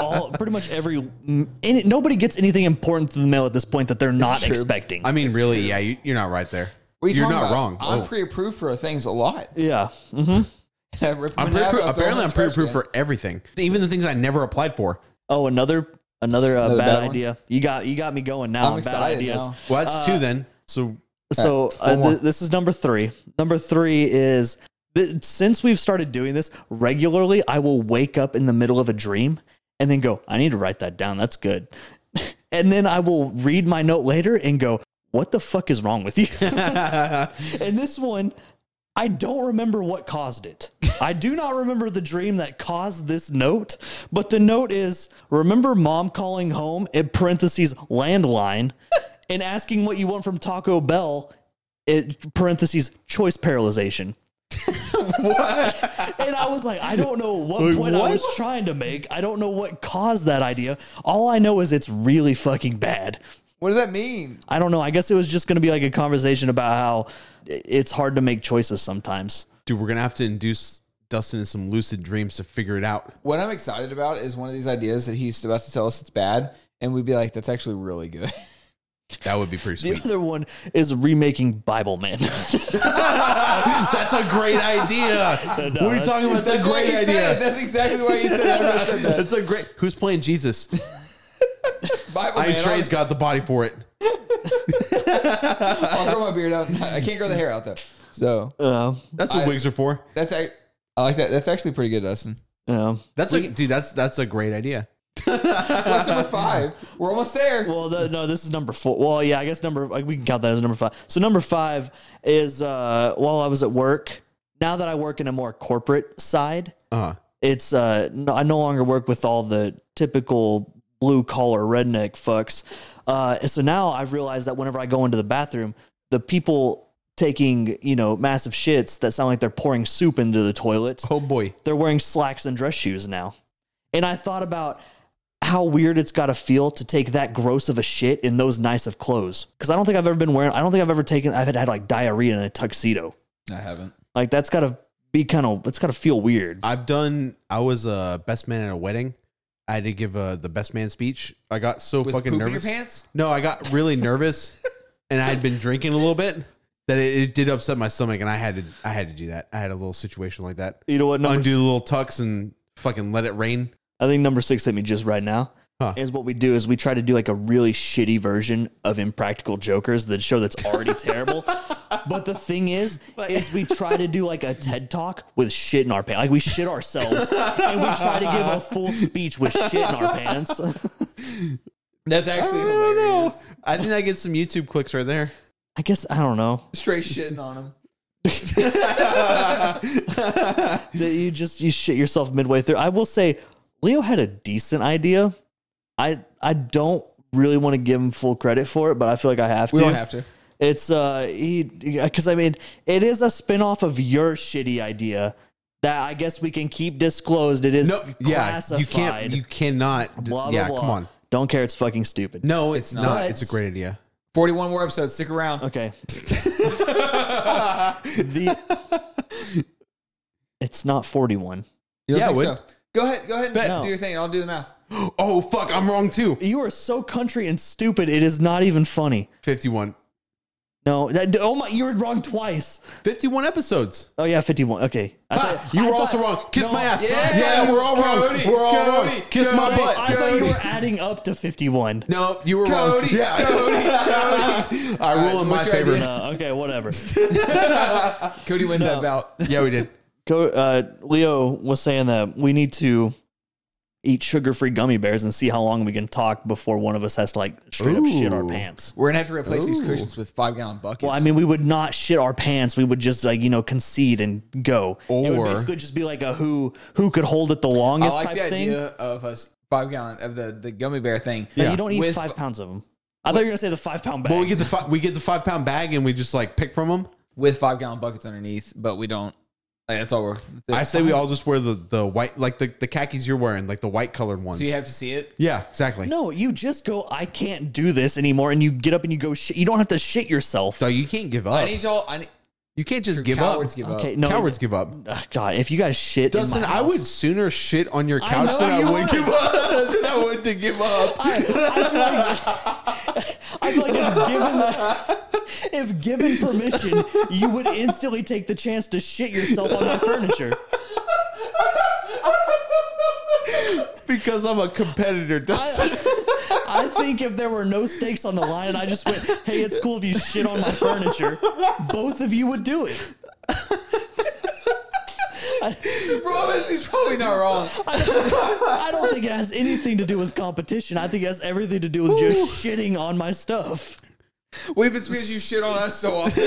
C: all pretty much every mm, any, nobody gets anything important through the mail at this point that they're not
B: true.
C: expecting.
A: I mean, really? Yeah, you, you're not right there.
B: What are you
A: You're
B: talking
A: not
B: about?
A: wrong.
B: I'm
A: Oh.
B: pre-approved for things a lot. [LAUGHS]
C: yeah, hmm
B: I rip them
A: I'm pre-approved.
B: in half, I throw them
A: Apparently,
B: in
A: I'm
B: the trash
A: pre-approved
B: can.
A: for everything, even the things I never applied for.
C: Oh, another another, uh,
B: Another
C: bad,
B: bad one?
C: idea. You got you got me going now.
B: I'm
C: on bad
B: excited
C: ideas.
B: now.
A: Well, that's
C: Uh,
A: two then. So
C: So
B: Alright,
C: uh,
B: one more.
C: th- this is number three. Number three is th- since we've started doing this regularly, I will wake up in the middle of a dream and then go, I need to write that down. That's good. [LAUGHS] and then I will read my note later and go, What the fuck is wrong with you? [LAUGHS] and this one, I don't remember what caused it. I do not remember the dream that caused this note, but the note is remember mom calling home in parentheses landline [LAUGHS] and asking what you want from Taco Bell it parentheses choice paralyzation. [LAUGHS] what? And I was like, I don't know what
A: Like,
C: point
A: what?
C: I was trying to make. I don't know what caused that idea. All I know is it's really fucking bad.
B: What does that mean?
C: I don't know. I guess it was just going to be like a conversation about how i- it's hard to make choices sometimes.
A: Dude, we're gonna have to induce Dustin in some lucid dreams to figure it out.
B: What I'm excited about is one of these ideas that he's about to tell us it's bad, and we'd be like, "That's actually really good." [LAUGHS]
A: That would be pretty
C: [LAUGHS] The
A: sweet.
C: other one is remaking Bible Man. [LAUGHS]
A: That's a great idea.
B: [LAUGHS]
A: what are you
C: that's-
A: talking about? That's a
B: why
A: great
B: he said it.
A: idea.
B: That's exactly why he said it. I really said
A: That's a great. Who's playing
B: [LAUGHS]
A: Jesus?
B: that.
A: [LAUGHS]
B: Bible
A: I
B: man,
A: Trey's got the body for it.
B: I'll, I'll grow my beard out. [LAUGHS] I can't grow the hair out though.
A: [LAUGHS]
B: So
C: uh,
A: That's what
B: I-
A: wigs are for.
B: that's I, I like that. That's actually pretty good, Dustin.
C: yeah.
A: That's a dude. That's that's a great idea.
B: That's number five. We're almost there.
C: Well, the, no, this is number four. Well, yeah, I guess number like, we can count that as number five. So number five is uh, while I was at work. Now that I work in a more corporate side,
A: Uh huh.
C: it's uh, no, I no longer work with all the typical blue collar redneck fucks. Uh, and so now I've realized that whenever I go into the bathroom, the people taking you know massive shits that sound like they're pouring soup into the toilet
A: Oh boy.
C: they're wearing slacks and dress shoes now. And I thought about how weird it's got to feel to take that gross of a shit in those nice of clothes. Because I don't think I've ever been wearing. I don't think I've ever taken. I've had, had like diarrhea in a tuxedo.
B: I haven't.
C: Like that's got to be kind of. It's got to feel weird.
A: I've done. I was a best man at a wedding. I had to give uh the best man speech. I got so
B: With
A: fucking
B: poop in
A: nervous.
B: your pants.
A: No, I got really
B: [LAUGHS]
A: nervous, and I had been drinking a little bit. That it, it did upset my stomach, and I had to. I had to do that. I had a little situation like that.
C: You know what? Number
A: Undo the little tucks and fucking let it rain.
C: I think number six hit me just right now.
A: Huh.
C: Is what we do is we try to do like a really shitty version of Impractical Jokers, the show that's
B: [LAUGHS]
C: already terrible. But the thing is, is we try to do like a TED talk with shit in our pants. Like we shit ourselves, and we try to give a full speech with shit in our pants. [LAUGHS]
B: That's actually
A: I don't
B: hilarious.
A: know. I think I get some YouTube clicks right there.
C: I guess I don't know.
B: Straight shitting on him.
C: That you just you shit yourself midway through. I will say, Leo had a decent idea. I I don't really want to give him full credit for it, but I feel like I have
B: We
C: to.
B: [LAUGHS] don't have to.
C: It's uh he because I mean it is a spin-off of your shitty idea that I guess we can keep disclosed. It is
A: No, yeah,
C: classified.
A: you can't. You cannot. d-
C: blah, blah,
A: yeah,
C: blah.
A: come on.
C: Don't care. It's fucking stupid.
A: No, it's,
B: not.
A: not.
C: But-
A: It's a great idea.
B: Forty-one more episodes. Stick
C: [LAUGHS]
A: [LAUGHS]
B: around.
C: Okay. the it's not forty-one.
B: You
A: Yeah,
B: think
A: it
B: so? Go ahead. Go ahead and
C: No.
B: do your thing. I'll do the math.
A: [GASPS] Oh fuck, I'm wrong too.
C: You are so country and stupid. It is not even funny.
A: Fifty-one.
C: No. That, oh my! You were wrong twice.
A: 51 episodes.
C: Oh yeah, fifty-one. Okay. I
A: Ah,
C: thought-
A: you
C: I
A: were
C: thought-
A: also wrong. Kiss
C: No,
A: my ass.
B: Yeah,
A: Yeah, we're all wrong.
B: Cody,
A: we're all
B: Cody,
A: wrong. Kiss my
B: Cody.
A: butt.
C: I thought you
B: Cody.
C: were adding up
A: [LAUGHS]
C: to fifty-one.
A: No, you were
B: Cody,
A: wrong. Yeah, [LAUGHS]
B: Cody,
A: I
B: All
A: rule
B: right,
A: in
B: what's
A: my
B: your
A: favor.
B: idea?
C: Uh, okay, whatever.
B: Cody wins that [LAUGHS] bout.
A: Yeah, we did.
C: Co- uh, Leo was saying that we need to eat sugar-free gummy bears and see how long we can talk before one of us has to like straight up shit our
A: Ooh.
C: pants.
B: We're gonna have to replace these
A: Ooh.
B: cushions with five-gallon buckets.
C: Well, I mean, we would not shit our pants. We would just like you know concede and go. it would
A: Or-
C: basically just be like a who who could hold it the
B: I
C: longest
B: like
C: type
B: the
C: thing.
B: idea of us five-gallon of the the gummy bear thing.
C: But
A: Yeah.
C: you don't eat
B: With-
C: five pounds of them. I thought you were gonna say the five pound bag.
A: Well, we get the fi- we get the five pound bag and we just like pick from them.
B: with five gallon buckets underneath, but we don't. Like, that's all we're.
A: I say we all just wear the the white like the, the khakis you're wearing, like the white colored ones.
B: So you have to see it.
A: yeah, exactly.
C: no, you just go. I can't do this anymore, and you get up and you go. Shit. You don't have to shit yourself.
A: So you can't give
B: I
A: up.
B: need y'all. I need,
A: You can't just give up.
B: cowards give up. [LAUGHS]
C: Okay, no,
A: Cowards give up.
C: Ugh, Ah, God, if you guys shit, in
A: Dustin,
C: my
A: I
C: house-
A: would sooner shit on your
C: I
A: couch
C: know
A: than I
C: you
A: would
C: would.
A: give up.
B: then I would to give up.
C: I feel like if given the, if given permission, you would instantly take the chance to shit yourself on my furniture.
A: because I'm a competitor. Dustin.
C: I think if there were no stakes on the line and I just went, hey, it's cool if you shit on my furniture, both of you would do it.
B: The problem is he's probably not wrong.
C: I don't think it has anything to do with competition. I think it has everything to do with just shitting on my stuff.
B: We've been because you shit on us so
A: [LAUGHS]
B: often.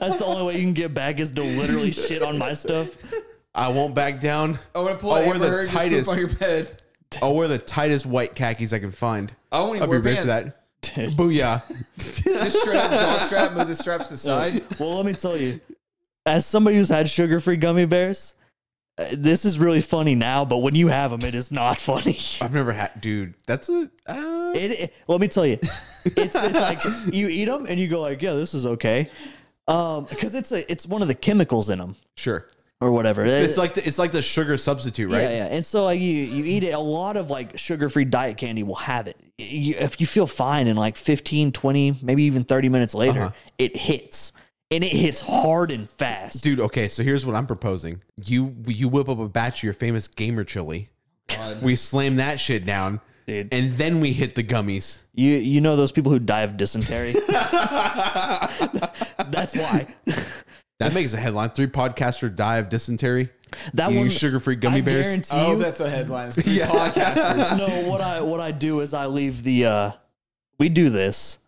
C: That's the only way you can get back is to literally shit on my stuff.
A: I won't back down.
B: I want to pull
A: I'll
B: out
A: wear
B: Amber
A: Oh, the
B: Heard just poop
A: tightest.
B: on your bed.
A: I'll wear the tightest white khakis I can find.
B: I won't even
A: I'll be
B: wear
A: ready
B: pants.
A: for that. Booyah.
B: Just straight
A: [LAUGHS]
B: up jog strap, move the straps to the side.
C: Well, let me tell you, as somebody who's had sugar-free gummy bears, uh, this is really funny now, but when you have them, it is not [LAUGHS] funny.
A: I've never had, dude. That's a uh,
C: It, it- let me tell you,
A: [LAUGHS]
C: it's, it's like you eat them and you go like, yeah, this is okay, um, because it's a it's one of the chemicals in them
A: sure.
C: or whatever.
A: It's like the, it's like the sugar substitute, right?
C: Yeah, yeah. And so like you you eat it. A lot of like sugar free diet candy will have it. You, if you feel fine in like 15, 20, maybe even 30 minutes later,
A: Uh-huh.
C: it hits. And it hits hard and fast.
A: Dude, okay, so here's what I'm proposing. You you whip up a batch of your famous gamer chili. We slam that shit down.
C: Dude.
A: And then we hit the gummies.
C: You you know those people who die of dysentery? That's why.
A: That makes a headline. Three podcaster die of dysentery.
C: That
A: You
C: one
A: sugar-free gummy
C: I
A: bears?
C: Guarantee
B: Oh,
C: you,
B: that's the headline. It's three
A: [LAUGHS]
B: podcasters.
C: no, what I what I do is I leave the uh we do this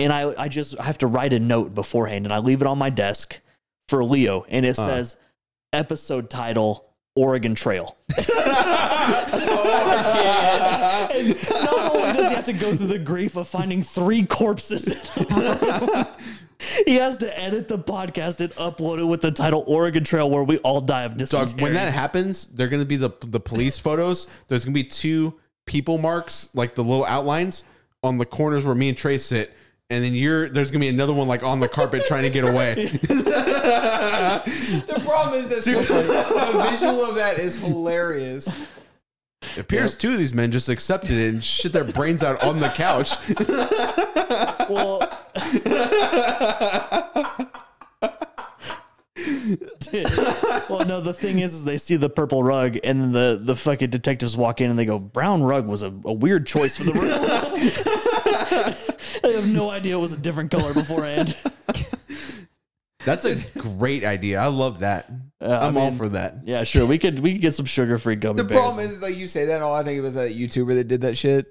C: and I I just I have to write a note beforehand and I leave it on my desk for Leo and
A: Uh.
C: it says episode title Oregon
A: [LAUGHS]
C: Trail. And not only does he have to go through the grief of finding three corpses, in a room, [LAUGHS] he has to edit the podcast and upload it with the title Oregon Trail, where we all die of dysentery.
A: Dog, when that happens, they're gonna be the the police photos. There's gonna be two people marks, like the little outlines on the corners where me and Trey sit, and then you're there's gonna be another one like on the carpet trying to get away. [LAUGHS]
B: The problem is that the visual of that is hilarious.
A: It appears two of these men just accepted it and shit their brains out on the couch.
B: [LAUGHS]
C: Well, Dude. well, no. The thing is, is they see the purple rug, and then the the fucking detectives walk in, and they go, "Brown rug was a, a weird choice for
B: [LAUGHS]
C: the room." I have no idea it was a different color beforehand.
A: That's a great idea. I love that. I'm all for that.
C: yeah, sure. We could we could get some sugar free gummy
B: The
C: bears.
B: problem is, like you say that, and all I think it was that YouTuber that did that shit.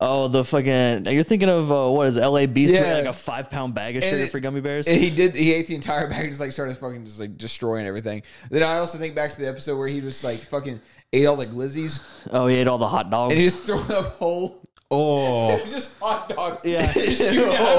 C: oh, the fucking you're thinking of uh, what is it, L.A. Beast?
B: Yeah.
C: Like a five pound bag of
B: And it-
C: sugar free gummy bears.
B: And he did. He ate the entire bag and just like started fucking just like destroying everything. Then I also think back to the episode where he just like fucking ate all the glizzies
C: oh, he ate all the hot dogs.
B: and he was throwing up whole. [LAUGHS]
A: Oh,
B: It's just hot dogs. [LAUGHS]
C: Yeah.
B: Shoot out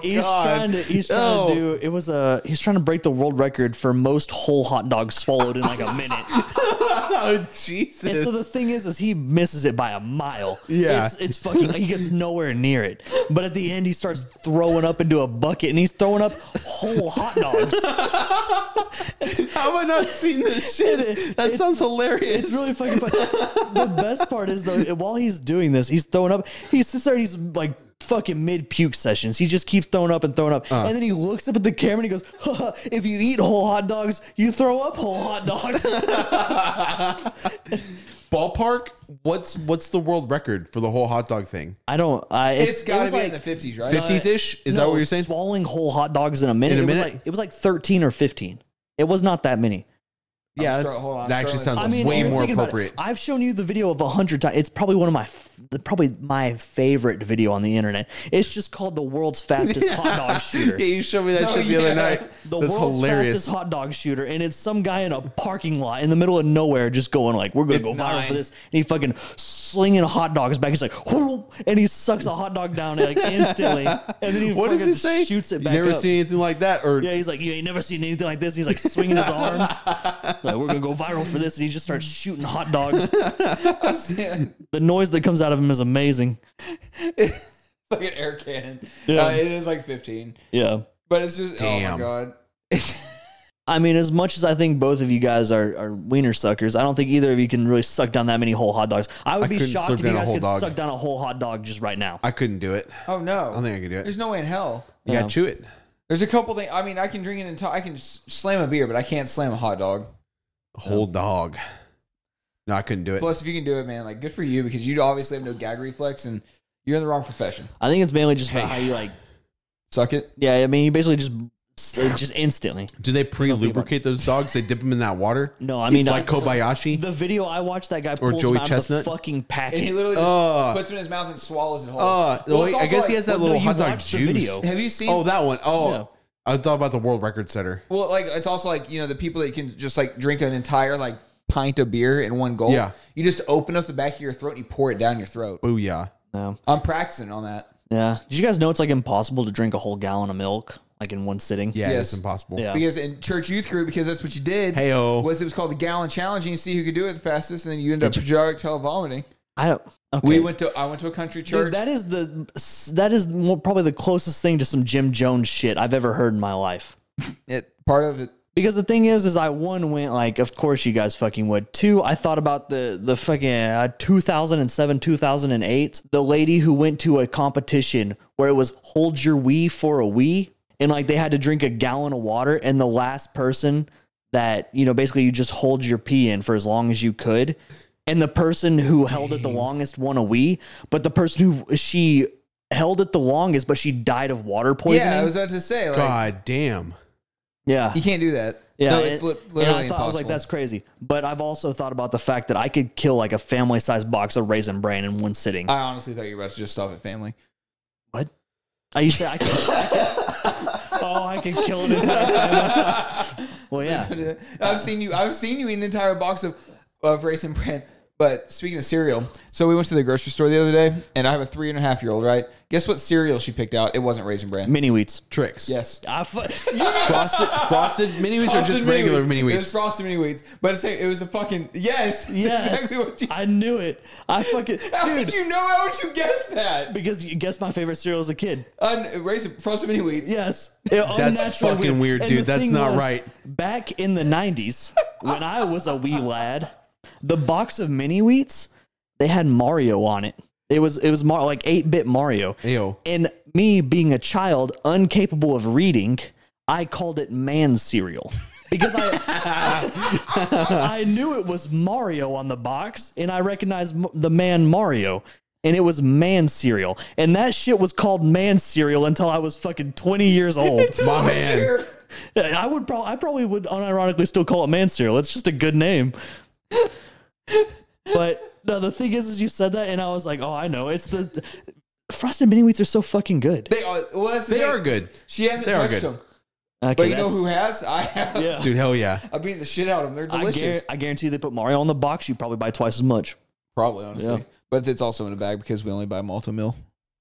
A: Oh,
B: his throat.
A: [LAUGHS]
C: He's trying to he's trying to do it was a he's trying to break the world record for most whole hot dogs swallowed in
A: [LAUGHS]
C: like a minute.
A: oh
C: and
A: Jesus!
C: so the thing is is he misses it by a mile.
A: Yeah.
C: It's it's fucking he gets nowhere near it. But at the end he starts throwing up into a bucket and he's throwing up whole hot dogs.
A: [LAUGHS] How have I not seen [LAUGHS] this shit? That
C: It's-
A: sounds hilarious.
C: It's really fucking funny. the best part is though, while he's doing this, he's throwing up. He sits there. and He's like fucking mid puke sessions. He just keeps throwing up and throwing up, and then he looks up at the camera and he goes, "Haha, "If you eat whole hot dogs, you throw up whole hot dogs."
A: Ballpark. What's what's the world record for the whole hot dog thing?
C: [LAUGHS] I don't. I.
B: It's got to
C: was
B: be in
C: like-
B: the fifties, right?
A: Fifties ish. Is that
C: no,
A: what you're saying?
C: Swallowing whole hot dogs in a minute.
A: In a
C: it
A: minute?
C: was like it was like thirteen or fifteen. It was not that many.
A: yeah, that's,
B: stro- hold on, I'm
A: that actually
B: struggling.
A: sounds
C: I mean,
A: way
C: you're
A: more
C: thinking about it.
A: appropriate.
C: I've shown you the video of a hundred times. It's probably one of my, f- the- probably my favorite video on the internet. It's just called the world's
A: [LAUGHS]
C: fastest hot dog shooter.
A: you showed me that
B: No, yeah.
C: The
A: that's
C: world's
A: hilarious.
C: fastest hot dog shooter, and it's some guy in a parking lot in the middle of nowhere, just going like, "We're gonna go viral
B: nine.
C: for this," and he fucking slinging hot dogs back. He's like, "Whoop," and he sucks a hot dog down like
A: [LAUGHS]
C: instantly, and then he
A: What
C: fucking
A: does it say?
C: shoots it
A: You
C: back
A: never
C: up.
A: seen anything like that, or
C: Yeah, he's like, you ain't never seen anything like this. He's like swinging his
A: [LAUGHS]
C: arms, like we're gonna go viral for this, and he just starts shooting hot dogs.
B: [LAUGHS] it's
C: the noise that comes out of him is amazing.
B: like an air cannon.
C: Yeah.
B: Uh, it is like fifteen,
C: Yeah.
B: but it's just oh
A: Damn.
B: my god.
C: I mean, as much as I think both of you guys are, are wiener suckers, I don't think either of you can really suck down that many whole hot dogs. I would
A: I
C: be
A: couldn't
C: shocked
A: suck
C: if you
A: down a
C: guys
A: whole
C: could
A: dog.
C: suck down a whole hot dog just right now.
A: I couldn't do it.
B: Oh no!
A: I don't think I could do
B: There's
A: it.
B: no way in hell.
A: You
C: No.
A: gotta chew it.
B: There's a couple things. I mean, I can drink an entire. I can s- slam a beer, but I can't slam a hot dog.
A: Whole dog. No, I couldn't do it.
B: Plus, if you can do it, man, like good for you because you obviously have no gag reflex and you're in the wrong profession.
C: I think it's mainly just about how you like.
B: Suck it.
C: Yeah, I mean, you basically just uh, just instantly.
A: Do they pre-lubricate those dogs? They dip them in that water.
C: No, I mean,
A: like
C: I-
A: Kobayashi.
C: the video I watched, that guy pulls him
A: Joey
C: out of
A: Chestnut?
C: the fucking packet.
B: And he literally just
A: Uh,
B: puts it in his mouth and swallows it whole.
A: Uh,
B: Well,
A: wait,
B: it's
A: I
B: also
A: guess he
B: like-
A: has that
C: well,
A: little
C: no, you
A: hot dog
C: watched the
A: juice.
C: video.
B: Have you seen?
A: Oh, that one. Oh,
C: No.
A: I thought about the world record setter.
B: Well, like it's also like you know the people that can just like drink an entire like pint of beer in one gulp.
A: Yeah.
B: You just open up the back of your throat and you pour it down your throat.
A: Booyah.
C: No.
B: I'm practicing on that.
C: Yeah. Did you guys know it's like impossible to drink a whole gallon of milk? like in one sitting.
A: Yeah,
B: Yes.
A: it's impossible.
C: Yeah.
B: Because in church youth group, because that's what you did.
A: Heyo.
B: was it was called the gallon challenge, and you see who could do it the fastest, and then you end up projectile vomiting.
C: I don't. Okay.
B: We went to I went to a country church.
C: Dude, that is the that is more, probably the closest thing to some Jim Jones shit I've ever heard in my life.
B: it, part of it.
C: Because the thing is, is I one went like, of course you guys fucking would. Two, I thought about the the fucking uh, 2007, 2008, the lady who went to a competition where it was hold your wee for a wee, and like they had to drink a gallon of water, and the last person that you know basically you just hold your pee in for as long as you could, and the person who held it the longest won a wee, but the person who she held it the longest, but she died of water poisoning.
B: Yeah, I was about to say like
A: God damn.
C: yeah,
B: you can't do that.
C: yeah,
B: no, it's
C: and-
B: li-
C: and
B: literally
C: I thought,
B: impossible.
C: I was like, that's crazy. But I've also thought about the fact that I could kill like a family sized box of raisin bran in one sitting.
B: I honestly thought you were about to just stop at family.
C: what? I used to. I could, I could- [LAUGHS] oh, I could kill an entire family. Well, yeah.
B: [LAUGHS] I've seen you. I've seen you eat an entire box of of raisin bran. But speaking of cereal, so we went to the grocery store the other day, and I have a three and a half year old. Right? Guess what cereal she picked out? It wasn't raisin bran.
C: Mini wheats.
A: Tricks.
B: Yes.
C: I
B: [LAUGHS]
C: fu-
A: Frosted, frosted mini wheats or just
B: Frosted
A: regular mini
B: It was
A: wheats?
B: frosted mini wheats, but it's like, it was a fucking yes. That's
C: yes.
B: exactly what you.
C: I knew it. I
B: [LAUGHS]
C: fucking.
B: How
C: Dude,
B: did you know? How would you guess that?
C: because you guess my favorite cereal as a kid.
B: Un- raisin frosted mini wheats.
C: Yes. That's
A: fucking weird, dude. That's not right.
C: Back in the 90s, when I was a wee lad, the box of mini wheats, they had Mario on it. It was it was Mar- like 8-bit Mario.
A: Ayo.
C: And me being a child incapable of reading, I called it man cereal. Because I, I [LAUGHS] knew it was Mario on the box, and I recognized m- the man Mario, and it was man cereal, and that shit was called man cereal until I was fucking twenty years old.
A: My man.
C: I would probably, I probably would unironically still call it man cereal. It's just a good name. but no, the thing is, is you said that, and I was like, oh, I know. It's the frosted mini wheats are so fucking good.
B: They are. Well, that's the
A: They
B: thing.
A: are good.
B: She hasn't
A: They are
B: touched
A: good.
B: them,
C: Okay,
B: but you know who has?
C: that's-
B: I have. [LAUGHS]
C: Yeah.
A: Dude, hell yeah.
B: I've beaten the shit out of them. They're
C: I,
B: delicious.
C: guar- I guarantee they put Mario on the box, you probably buy twice as much.
B: Probably, honestly.
C: Yeah.
B: But it's also in a bag because we only buy Malta Mill.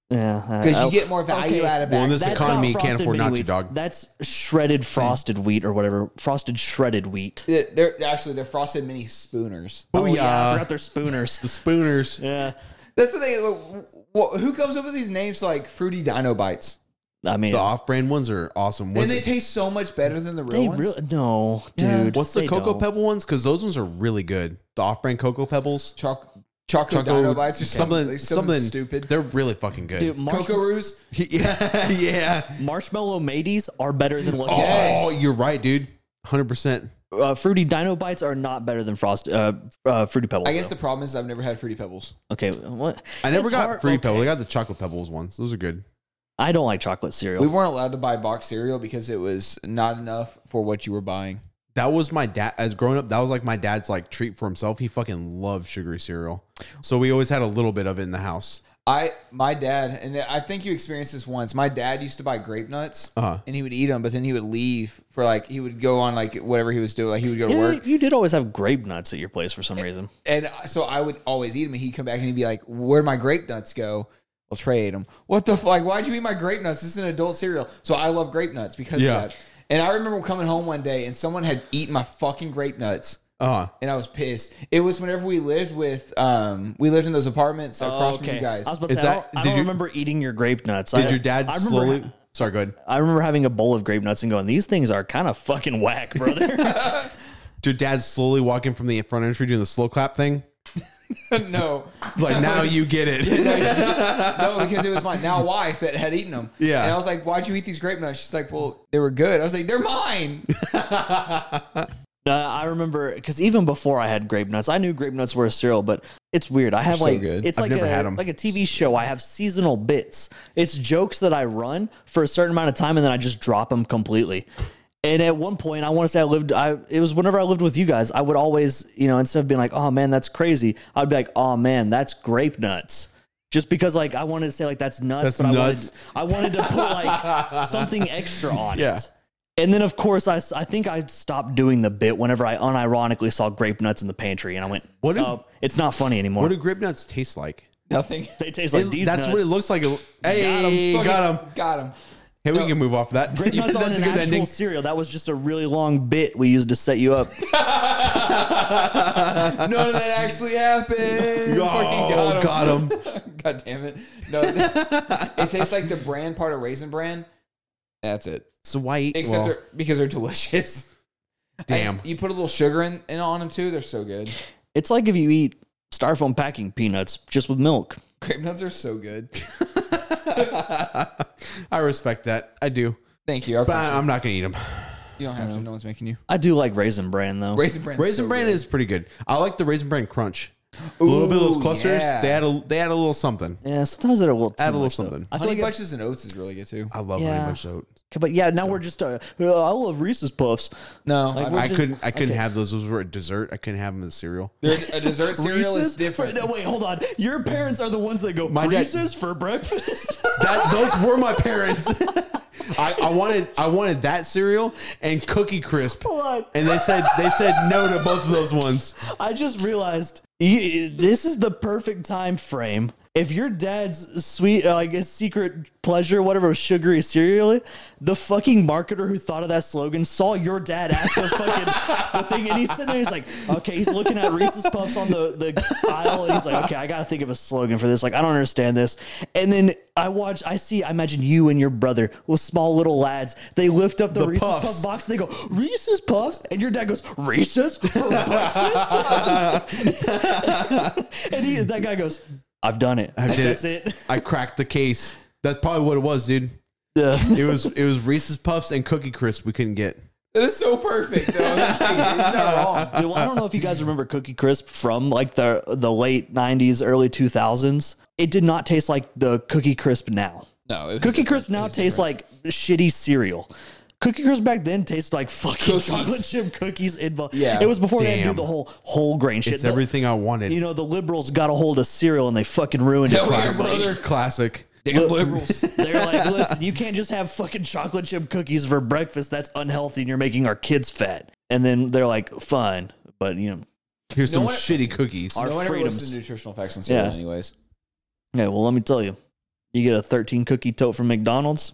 C: Yeah, I-
B: Because
C: I'll-
B: you get more value
C: okay.
B: out of
A: Well, in
B: bags.
A: this
C: That's
A: economy,
C: not
A: you can't
C: frosted
A: afford
C: mini
A: not to,
C: wheats.
A: dog.
C: That's shredded frosted wheat or whatever. Frosted shredded wheat.
B: They're- They're actually they're frosted mini spooners.
C: Oh, yeah, I
A: Booyah.
C: forgot they're spooners. [LAUGHS]
A: The Spooners.
C: yeah,
B: That's the thing. like, wh- Who comes up with these names like fruity Dino Bites?
C: I mean,
A: The off brand ones are awesome.
B: And
A: What's,
B: they taste so much better than the real
C: they
B: ones.
C: really no, dude.
A: Yeah. What's the
C: they
A: Cocoa
C: don't.
A: Pebble ones? Because those ones are really good. The off brand Cocoa Pebbles.
B: Choc- Choco,
A: Choco-
B: Dino Bites or something,
A: something,
B: like,
A: something,
B: something, stupid.
A: They're really fucking good.
C: Dude, marsh-
B: Coco Roos.
A: yeah. yeah.
C: marshmallow mateys are better than Lucky Charms.
A: Oh, you're right, dude. 100%.
C: Uh, fruity Dino Bites are not better than Frost uh, uh, Fruity Pebbles.
B: I guess
C: though.
B: the problem is I've never had fruity pebbles.
C: okay, what?
A: I never
C: It's
A: got
C: hard-
A: Fruity
C: okay.
A: Pebbles. I got the Chocolate Pebbles ones. Those are good.
C: I don't like chocolate cereal.
B: We weren't allowed to buy box cereal because it was not enough for what you were buying.
A: That was my dad. As growing up, that was like my dad's like treat for himself. He fucking loved sugary cereal, so we always had a little bit of it in the house.
B: I my dad and I think you experienced this once. My dad used to buy grape nuts
A: Uh-huh.
B: and he would eat them, but then he would leave for like he would go on like whatever he was doing. Like he would go to
C: Yeah,
B: work,
C: you did always have grape nuts at your place for some reason.
B: and uh, so I would always eat them. And he'd come back and he'd be like, "Where'd my grape nuts go?" Well, Trey ate them. What the f- like? Why'd you eat my grape nuts? This is an adult cereal, so I love grape nuts because
A: Yeah.
B: of that. And I remember coming home one day and someone had eaten my fucking grape nuts.
A: Uh,
B: And I was pissed. It was whenever we lived with, um, we lived in those apartments across from you guys.
C: Oh, I was about to
A: Is
C: say, I
A: that-
C: don't, I
A: did
C: don't
A: you-
C: remember eating your grape nuts.
A: did
C: I,
A: your dad
C: I remember,
A: slowly? Sorry, go ahead,
C: I remember having a bowl of grape nuts and going, "These things are kind of fucking whack, [LAUGHS] brother."
A: Did your dad slowly walking from the front entry doing the slow clap thing.
B: [LAUGHS] no,
C: [LAUGHS]
A: Like now you get it.
B: no, because it was my now wife that had eaten them.
A: Yeah.
B: And I was like, why'd you eat these grape nuts? She's like, well, they were good. I was like, they're mine.
C: No, I remember because even before I had grape nuts, I knew grape nuts were a cereal, but it's weird. I have
B: so
C: like
B: good.
C: it's
A: I've
C: like
A: never
C: a,
A: had 'em.
C: like a TV show. I have seasonal bits. It's jokes that I run for a certain amount of time, and then I just drop them completely. And at one point, I want to say I lived. I it was whenever I lived with you guys. I would always, you know, instead of being like, "Oh man, that's crazy," I'd be like, "Oh man, that's grape nuts." Just because, like, I wanted to say like that's nuts,
A: That's
C: but
A: nuts.
C: I wanted I wanted to put
A: [LAUGHS]
C: like something extra on
A: Yeah.
C: it. And then, of course, I, s- I think I stopped doing the bit whenever I unironically saw grape nuts in the pantry, and I went,
A: What do-
C: "Oh, it's not funny anymore."
A: what do grape nuts taste like?
B: Nothing.
C: they taste like
A: It-
C: these
A: that's
C: nuts.
A: what it looks like. It- Hey, got him.
B: Got him.
A: Hey, we can move off that.
C: Grape [LAUGHS] nuts
A: [LAUGHS]
C: on
A: That's
C: an
A: a good
C: actual
A: ending.
C: cereal. That was just a really long bit we used to set you up.
B: None of that actually [LAUGHS] happened. Fucking
A: [LAUGHS] Oh, got him.
B: God damn it. No, it tastes like the brand part of Raisin Bran. That's it.
A: It's white.
B: Except
A: well,
B: they're, because they're delicious.
A: damn.
B: And you put a little sugar in, in on them too. They're so good.
C: It's like if you eat styrofoam packing peanuts just with milk.
B: Grape nuts are so good.
A: I respect that. I do.
B: Thank you. I
A: But um, I,
B: appreciate
A: I'm not going to eat them.
B: it. you don't have to. No one's making you.
C: I do like raisin bran though.
B: Raisin Bran.
A: Raisin
B: so
A: Bran
B: good.
A: is pretty good. I like the Raisin Bran crunch. A little bit of those
B: Ooh,
A: clusters.
B: yeah.
A: They had a they had a little something.
C: yeah, sometimes that a little. too
A: Add a little
C: much, though.
A: something.
C: I feel
B: Honey
C: like,
B: bunches and oats is really good too.
A: I love
C: Yeah.
A: honey bunch oat.
C: okay, but yeah, now we're just. Uh, uh, I love Reese's Puffs.
B: No,
C: Like,
B: I-
C: we're
A: I
C: just-
A: couldn't I couldn't
C: okay.
A: have those. Those were a dessert. I couldn't have them as cereal.
B: there's- a [LAUGHS] dessert cereal is
C: Reese's
B: different.
C: For, [LAUGHS] no, wait, hold on. Your parents are the ones that go
A: My dad-
C: Reese's for breakfast.
A: That those were my parents. [LAUGHS] I, I wanted I wanted that cereal and Cookie Crisp.
C: Hold on.
A: And they said they said no to both of those ones.
C: I just realized you, this is the perfect time frame. If your dad's sweet, uh, I guess, secret pleasure, whatever, was sugary cereal, the fucking marketer who thought of that slogan saw your dad at the fucking the thing, and he's sitting there, he's like, okay, he's looking at Reese's Puffs on the, the aisle, and he's like, okay, I gotta think of a slogan for this. Like, I don't understand this. And then I watch, I see, I imagine you and your brother, with small little lads, they lift up the,
A: The
C: Reese's
A: Puffs.
C: Puff box, and they go, Reese's Puffs? And your dad goes, Reese's for breakfast? And he, that guy goes, "I've done it.
A: I did
C: That's it."
A: I cracked the case. That's probably what it was, dude.
C: [LAUGHS] Yeah.
A: It was it was Reese's Puffs and Cookie Crisp we couldn't get.
B: That is so perfect though. [LAUGHS] That's not wrong.
C: [LAUGHS] Dude, well, I don't know if you guys remember Cookie Crisp from like the the late '90s, early 2000s. It did not taste like the Cookie Crisp now.
B: No, it was
C: Cookie
B: different.
C: Crisp now tastes like shitty cereal. Cookie Crisp back then tasted like fucking
B: Cookies.
C: chocolate chip cookies. In bu-
B: Yeah.
C: it was before they had to
A: Damn.
C: do the whole whole grain shit.
A: It's
C: The-
A: everything I wanted.
C: you know, the liberals got a hold of cereal and they fucking ruined it.
B: Yeah,
C: for
B: we are
C: everybody.
B: brother.
A: classic.
B: damn liberals.
C: They're like, listen, you can't just have fucking chocolate chip cookies for breakfast. That's unhealthy and you're making our kids fat. And then they're like, fine. But, you know,
A: Here's some
B: No one-
A: shitty cookies.
C: Our
B: [LAUGHS] no one ever
C: freedoms.
B: listens to nutritional facts on cereal,
C: Yeah.
B: anyways.
C: yeah, well, let me tell you. You get a 13 cookie tote from McDonald's.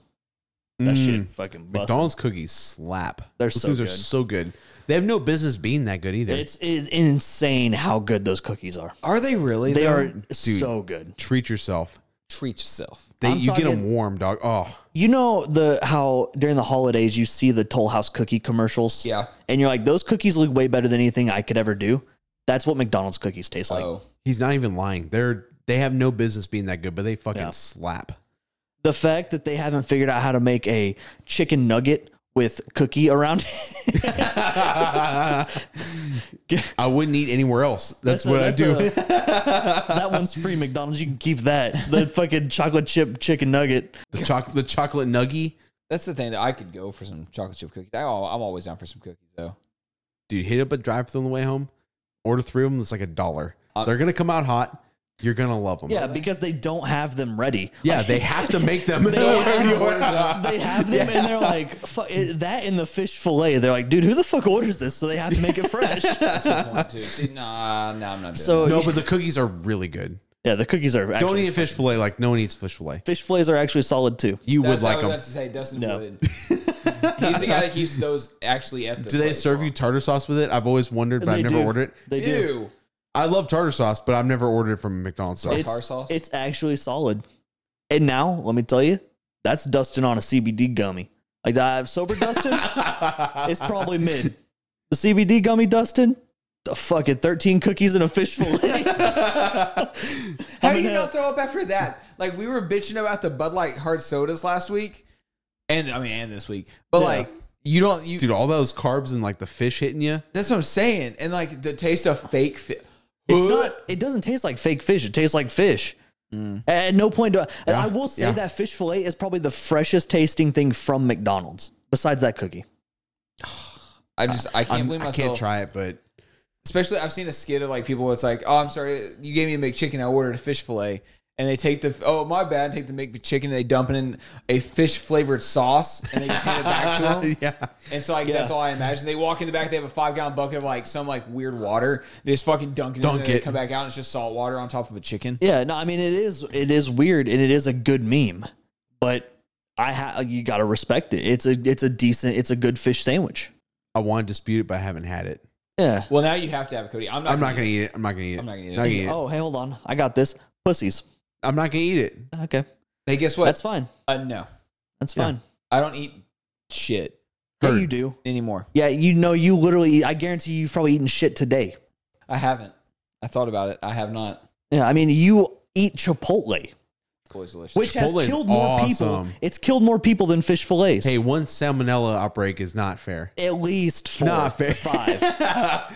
C: That
A: Mm.
C: shit fucking busts.
A: McDonald's cookies slap.
C: They're
A: Those
C: so
A: things are
C: good.
A: so good. They have no business being that good either.
C: It's, it's insane how good those cookies are.
B: Are they really?
C: They
B: though?
C: are so good.
A: Treat yourself.
B: treat yourself.
A: They,
C: I'm
A: you get them
C: talking-
A: warm, dog. Oh,
C: You know the how during the holidays you see the Toll House cookie commercials?
B: Yeah.
C: And you're like, those cookies look way better than anything I could ever do. That's what McDonald's cookies taste like.
B: oh,
A: he's not even lying. They're they have no business being that good, but they fucking
C: Yeah.
A: slap.
C: the fact that they haven't figured out how to make a chicken nugget with cookie around it. [LAUGHS]
A: I wouldn't eat anywhere else. That's,
C: a-
A: what
C: that's
A: I do.
C: a- [LAUGHS] that one's free McDonald's. You can keep that. The fucking chocolate chip chicken nugget.
A: the chocolate, the chocolate nuggie,
B: that's the thing that I could go for some chocolate chip cookies. I, al- I'm always down for some cookies [LAUGHS] though.
A: dude. Hit up a drive through on the way home. Order three of them. It's like a dollar.
B: Uh,
A: They're gonna come out hot. You're gonna love them.
C: Yeah, because they don't have them ready.
A: yeah. They have to make them.
C: [LAUGHS] They have, they have them and they're like, fuck, it- that and the fish fillet. They're like, dude, who the fuck orders this? So they have to make it fresh.
B: That's a good point too. See, nah, nah, I'm not. Doing
C: [LAUGHS] So,
A: no, but the cookies are really good.
C: yeah, the cookies are
A: Don't
C: actually.
A: eat a fish fillet like no one eats fish fillet.
C: Fish fillets are actually solid too.
A: You
B: that.
A: would
B: that's
A: like
B: what I
A: them.
B: was about to say Dustin
C: No.
B: would. [LAUGHS] He's the guy that keeps those actually at the.
A: Do they
B: place.
A: serve you tartar sauce with it? I've always wondered, but
C: They
A: I've never
C: do.
A: ordered it.
C: They do.
B: Ew.
A: I love tartar sauce, but I've never ordered it from a McDonald's. So.
B: It's-
C: it's,
B: tartar sauce?
C: It's actually solid. And now, let me tell you, that's Dustin on a CBD gummy. Like that
A: [LAUGHS]
C: sober Dustin is probably mid. The CBD gummy Dustin, the fucking thirteen cookies and a fish
A: [LAUGHS]
C: fillet.
B: How
C: I'm
B: do you
C: gonna-
B: not throw up after that? Like we were bitching about the Bud Light hard sodas last week, and I mean, and this week, but
C: Yeah.
B: like you don't you.
A: Dude, all those carbs and like the fish hitting you.
B: That's what I'm saying, and like the taste of fake. Fi-
C: It's not. It doesn't taste like fake fish. It tastes like fish. At no point do I. and I will say
A: Mm. yeah.
C: that fish fillet is probably the freshest tasting thing from McDonald's. Besides that cookie,
B: I just I can't
A: I'm-
B: believe
A: I
B: myself.
A: can't try it, but
B: especially I've seen a skit of like people. It's like, oh, I'm sorry, you gave me a McChicken. I ordered a fish fillet, and they take the oh my bad, take the McChicken. and They dump it in a fish flavored sauce, and they just hand it back to them.
A: yeah.
B: And so like that's all I imagine. They walk in the back, they have a five gallon bucket of like some like weird water. They just fucking dunk it.
A: Dunk
B: in and they
A: it.
B: Come back out, and it's just salt water on top of a chicken.
C: yeah. No, I mean it is. It is weird, and it is a good meme. But I ha- you got to respect it. It's a it's a decent it's a good fish sandwich.
A: I want to dispute it, but I haven't had it.
C: Yeah.
B: Well, now you have to have it, Cody. I'm not.
A: I'm not gonna eat it. I'm not gonna eat it.
B: I'm not gonna eat it.
A: eat it.
C: Oh, hey, hold on. I got this. Pussies.
A: I'm not gonna eat it.
C: Okay.
B: Hey, guess what?
C: That's fine.
B: uh, no,
C: That's
A: Yeah.
C: fine.
B: I don't eat shit
C: Yeah,
A: Heard.
C: you do.
B: anymore.
C: Yeah, you know, you literally, I guarantee you've probably eaten shit today.
B: I haven't. I thought about it. I have not.
C: Yeah, I mean, you eat Chipotle,
B: It's always delicious.
C: which
A: Chipotle
C: has
A: is
C: killed more
A: awesome.
C: people. It's killed more people than fish fillets.
A: Hey, one salmonella outbreak is not fair.
C: At least four,
A: Not fair.
C: [LAUGHS] five.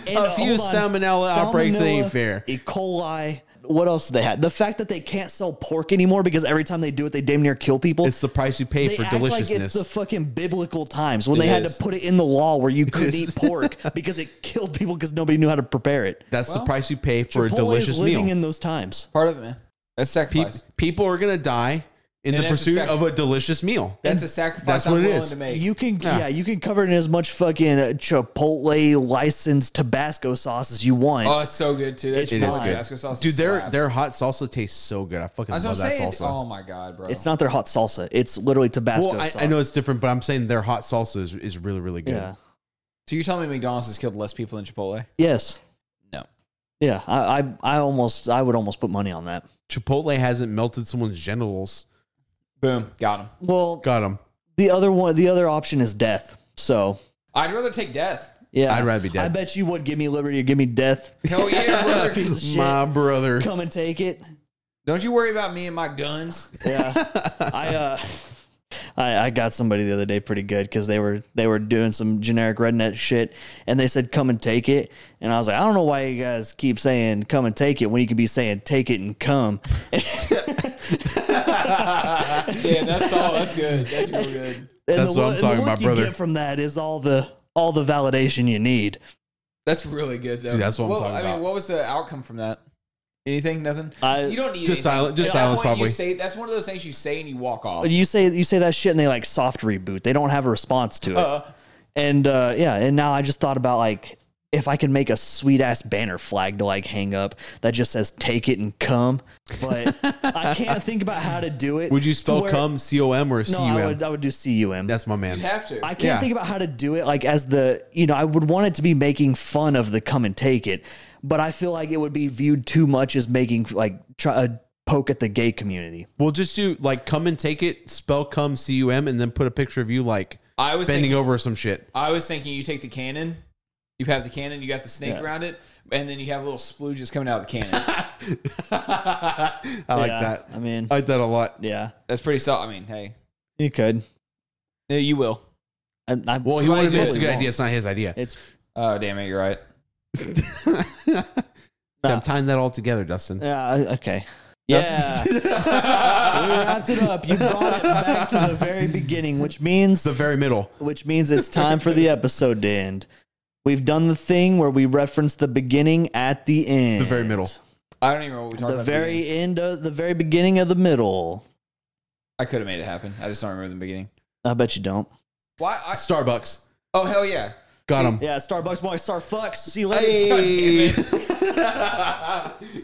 C: And,
A: a few
C: hold on,
A: salmonella outbreaks that ain't
C: salmonella,
A: fair.
C: E. coli. What else do they have? The fact that they can't sell pork anymore because every time they do it, they damn near kill people.
A: It's the price you pay
C: they
A: for
C: act like it's
A: deliciousness.
C: the fucking biblical times when they had
B: is.
C: to put it in the law
A: [LAUGHS]
C: where you couldn't
A: is.
C: eat pork because it killed people because nobody knew how to prepare it.
A: That's the price you pay for a
C: Chipotle
A: delicious
C: is living
A: meal.
C: in those times.
B: part of it, man. That's sacrifice.
A: People are gonna die in
B: And
A: the
B: that's a
A: pursuit
B: sac-
A: of a delicious meal.
B: that's a sacrifice.
A: that's
B: I'm
A: what it
B: willing
A: is.
B: to make.
C: You can
A: Yeah.
C: yeah. you can cover it in as much fucking uh, Chipotle licensed Tabasco sauce as you want.
B: oh, it's so good too. That
C: It's
A: It is
B: Chipotle
C: fine.
A: good,
B: Tabasco sauce
A: dude. Their
B: slaps.
A: their hot salsa tastes so good. I fucking
B: I was
A: love
B: gonna
A: that
B: say, it-
A: salsa.
B: oh my god, bro.
C: it's not their hot salsa. It's literally Tabasco
A: well, I,
C: sauce.
A: I know it's different, but I'm saying their hot salsa is, is really really good.
C: Yeah.
B: so you're telling me McDonald's has killed less people than Chipotle?
C: Yes.
B: No.
C: Yeah. I, I I almost I would almost put money on that.
A: Chipotle hasn't melted someone's genitals.
B: Boom, got him.
C: Well,
A: Got them.
C: the other one the other option is death. So
B: I'd rather take death.
C: yeah,
A: I'd rather be dead.
C: I bet you would give me liberty or give me death.
A: [LAUGHS]
B: Hell yeah, brother.
C: Piece of shit.
A: My brother.
C: Come and take it.
B: Don't you worry about me and
A: [LAUGHS]
B: my guns.
C: Yeah. I uh I, I got somebody the other day pretty good because they were they were doing some generic redneck shit and they said come and take it and I was like I don't know why you guys keep saying come and take it when you could be saying take it and come
B: yeah, that's all. That's good. That's real good.
C: and
A: That's
C: the,
A: what I'm
C: look- and
A: talking
C: the look
A: about,
C: you
A: brother.
C: get from that is all the all the validation you need
B: That's really good, though.
A: Dude, that's what I'm talking
B: I
A: about.
B: mean, what was the outcome from that? Anything? Nothing?
C: I-
B: you don't need
A: Just
B: anything.
A: silent- just
B: At that
A: silence,
B: point, you
A: probably.
B: say- that's one of those things you say and you walk off.
C: But you say you say that shit and they like soft reboot they don't have a response to it
B: Uh,
C: and uh, yeah and now I just thought about like if I could make a sweet ass banner flag to like hang up that just says take it and come but I can't think about how to do it
A: Would you
C: to
A: spell
C: where-
A: cum C O M or C
C: No,
A: U
C: I
A: M?
C: would, I would do cum.
A: That's my
B: you
A: man.
B: have to.
C: I can't
A: yeah.
C: think about how to do it. Like as the you know, I would want it to be making fun of the come and take it, but I feel like it would be viewed too much as making like try a poke at the gay community.
A: Well, just do like come and take it. Spell cum C U M and then put a picture of you like
B: I was
A: bending
B: thinking,
A: over some shit.
B: I was thinking you take the cannon, you have the cannon, you got the snake around it, and then you have little splooges coming out of the cannon.
C: [LAUGHS]
A: I like
C: Yeah,
A: that. Uh,
C: I mean,
A: I like that a lot.
C: yeah,
B: that's pretty solid. I mean, hey,
C: you could.
B: Yeah, you will.
C: I, I,
A: Well, he
B: Somebody
A: wanted
B: did.
A: It's a good
B: Wrong.
A: idea. It's not his idea.
C: it's
B: Oh, damn it, you're
C: [LAUGHS]
B: right.
A: [LAUGHS] I'm tying that all together, Dustin.
C: yeah I- uh, okay. Yeah, we wrapped it up. You brought it back to the very beginning, which means
A: The very middle.
C: which means it's time for the episode to end. We've done the thing where we reference the beginning at the end.
A: The very middle.
B: I don't even remember what we talked
C: The
B: about. at
C: very
B: beginning.
C: end of the very beginning of the middle.
B: I could have made it happen. I just don't remember the beginning.
C: I bet you don't.
B: Why? I,
A: Starbucks.
B: oh, hell yeah.
A: Got him.
C: [LAUGHS]
B: [LAUGHS]
C: Yeah, Starbucks boy, star fucks. See you later.
B: God damn it. [LAUGHS]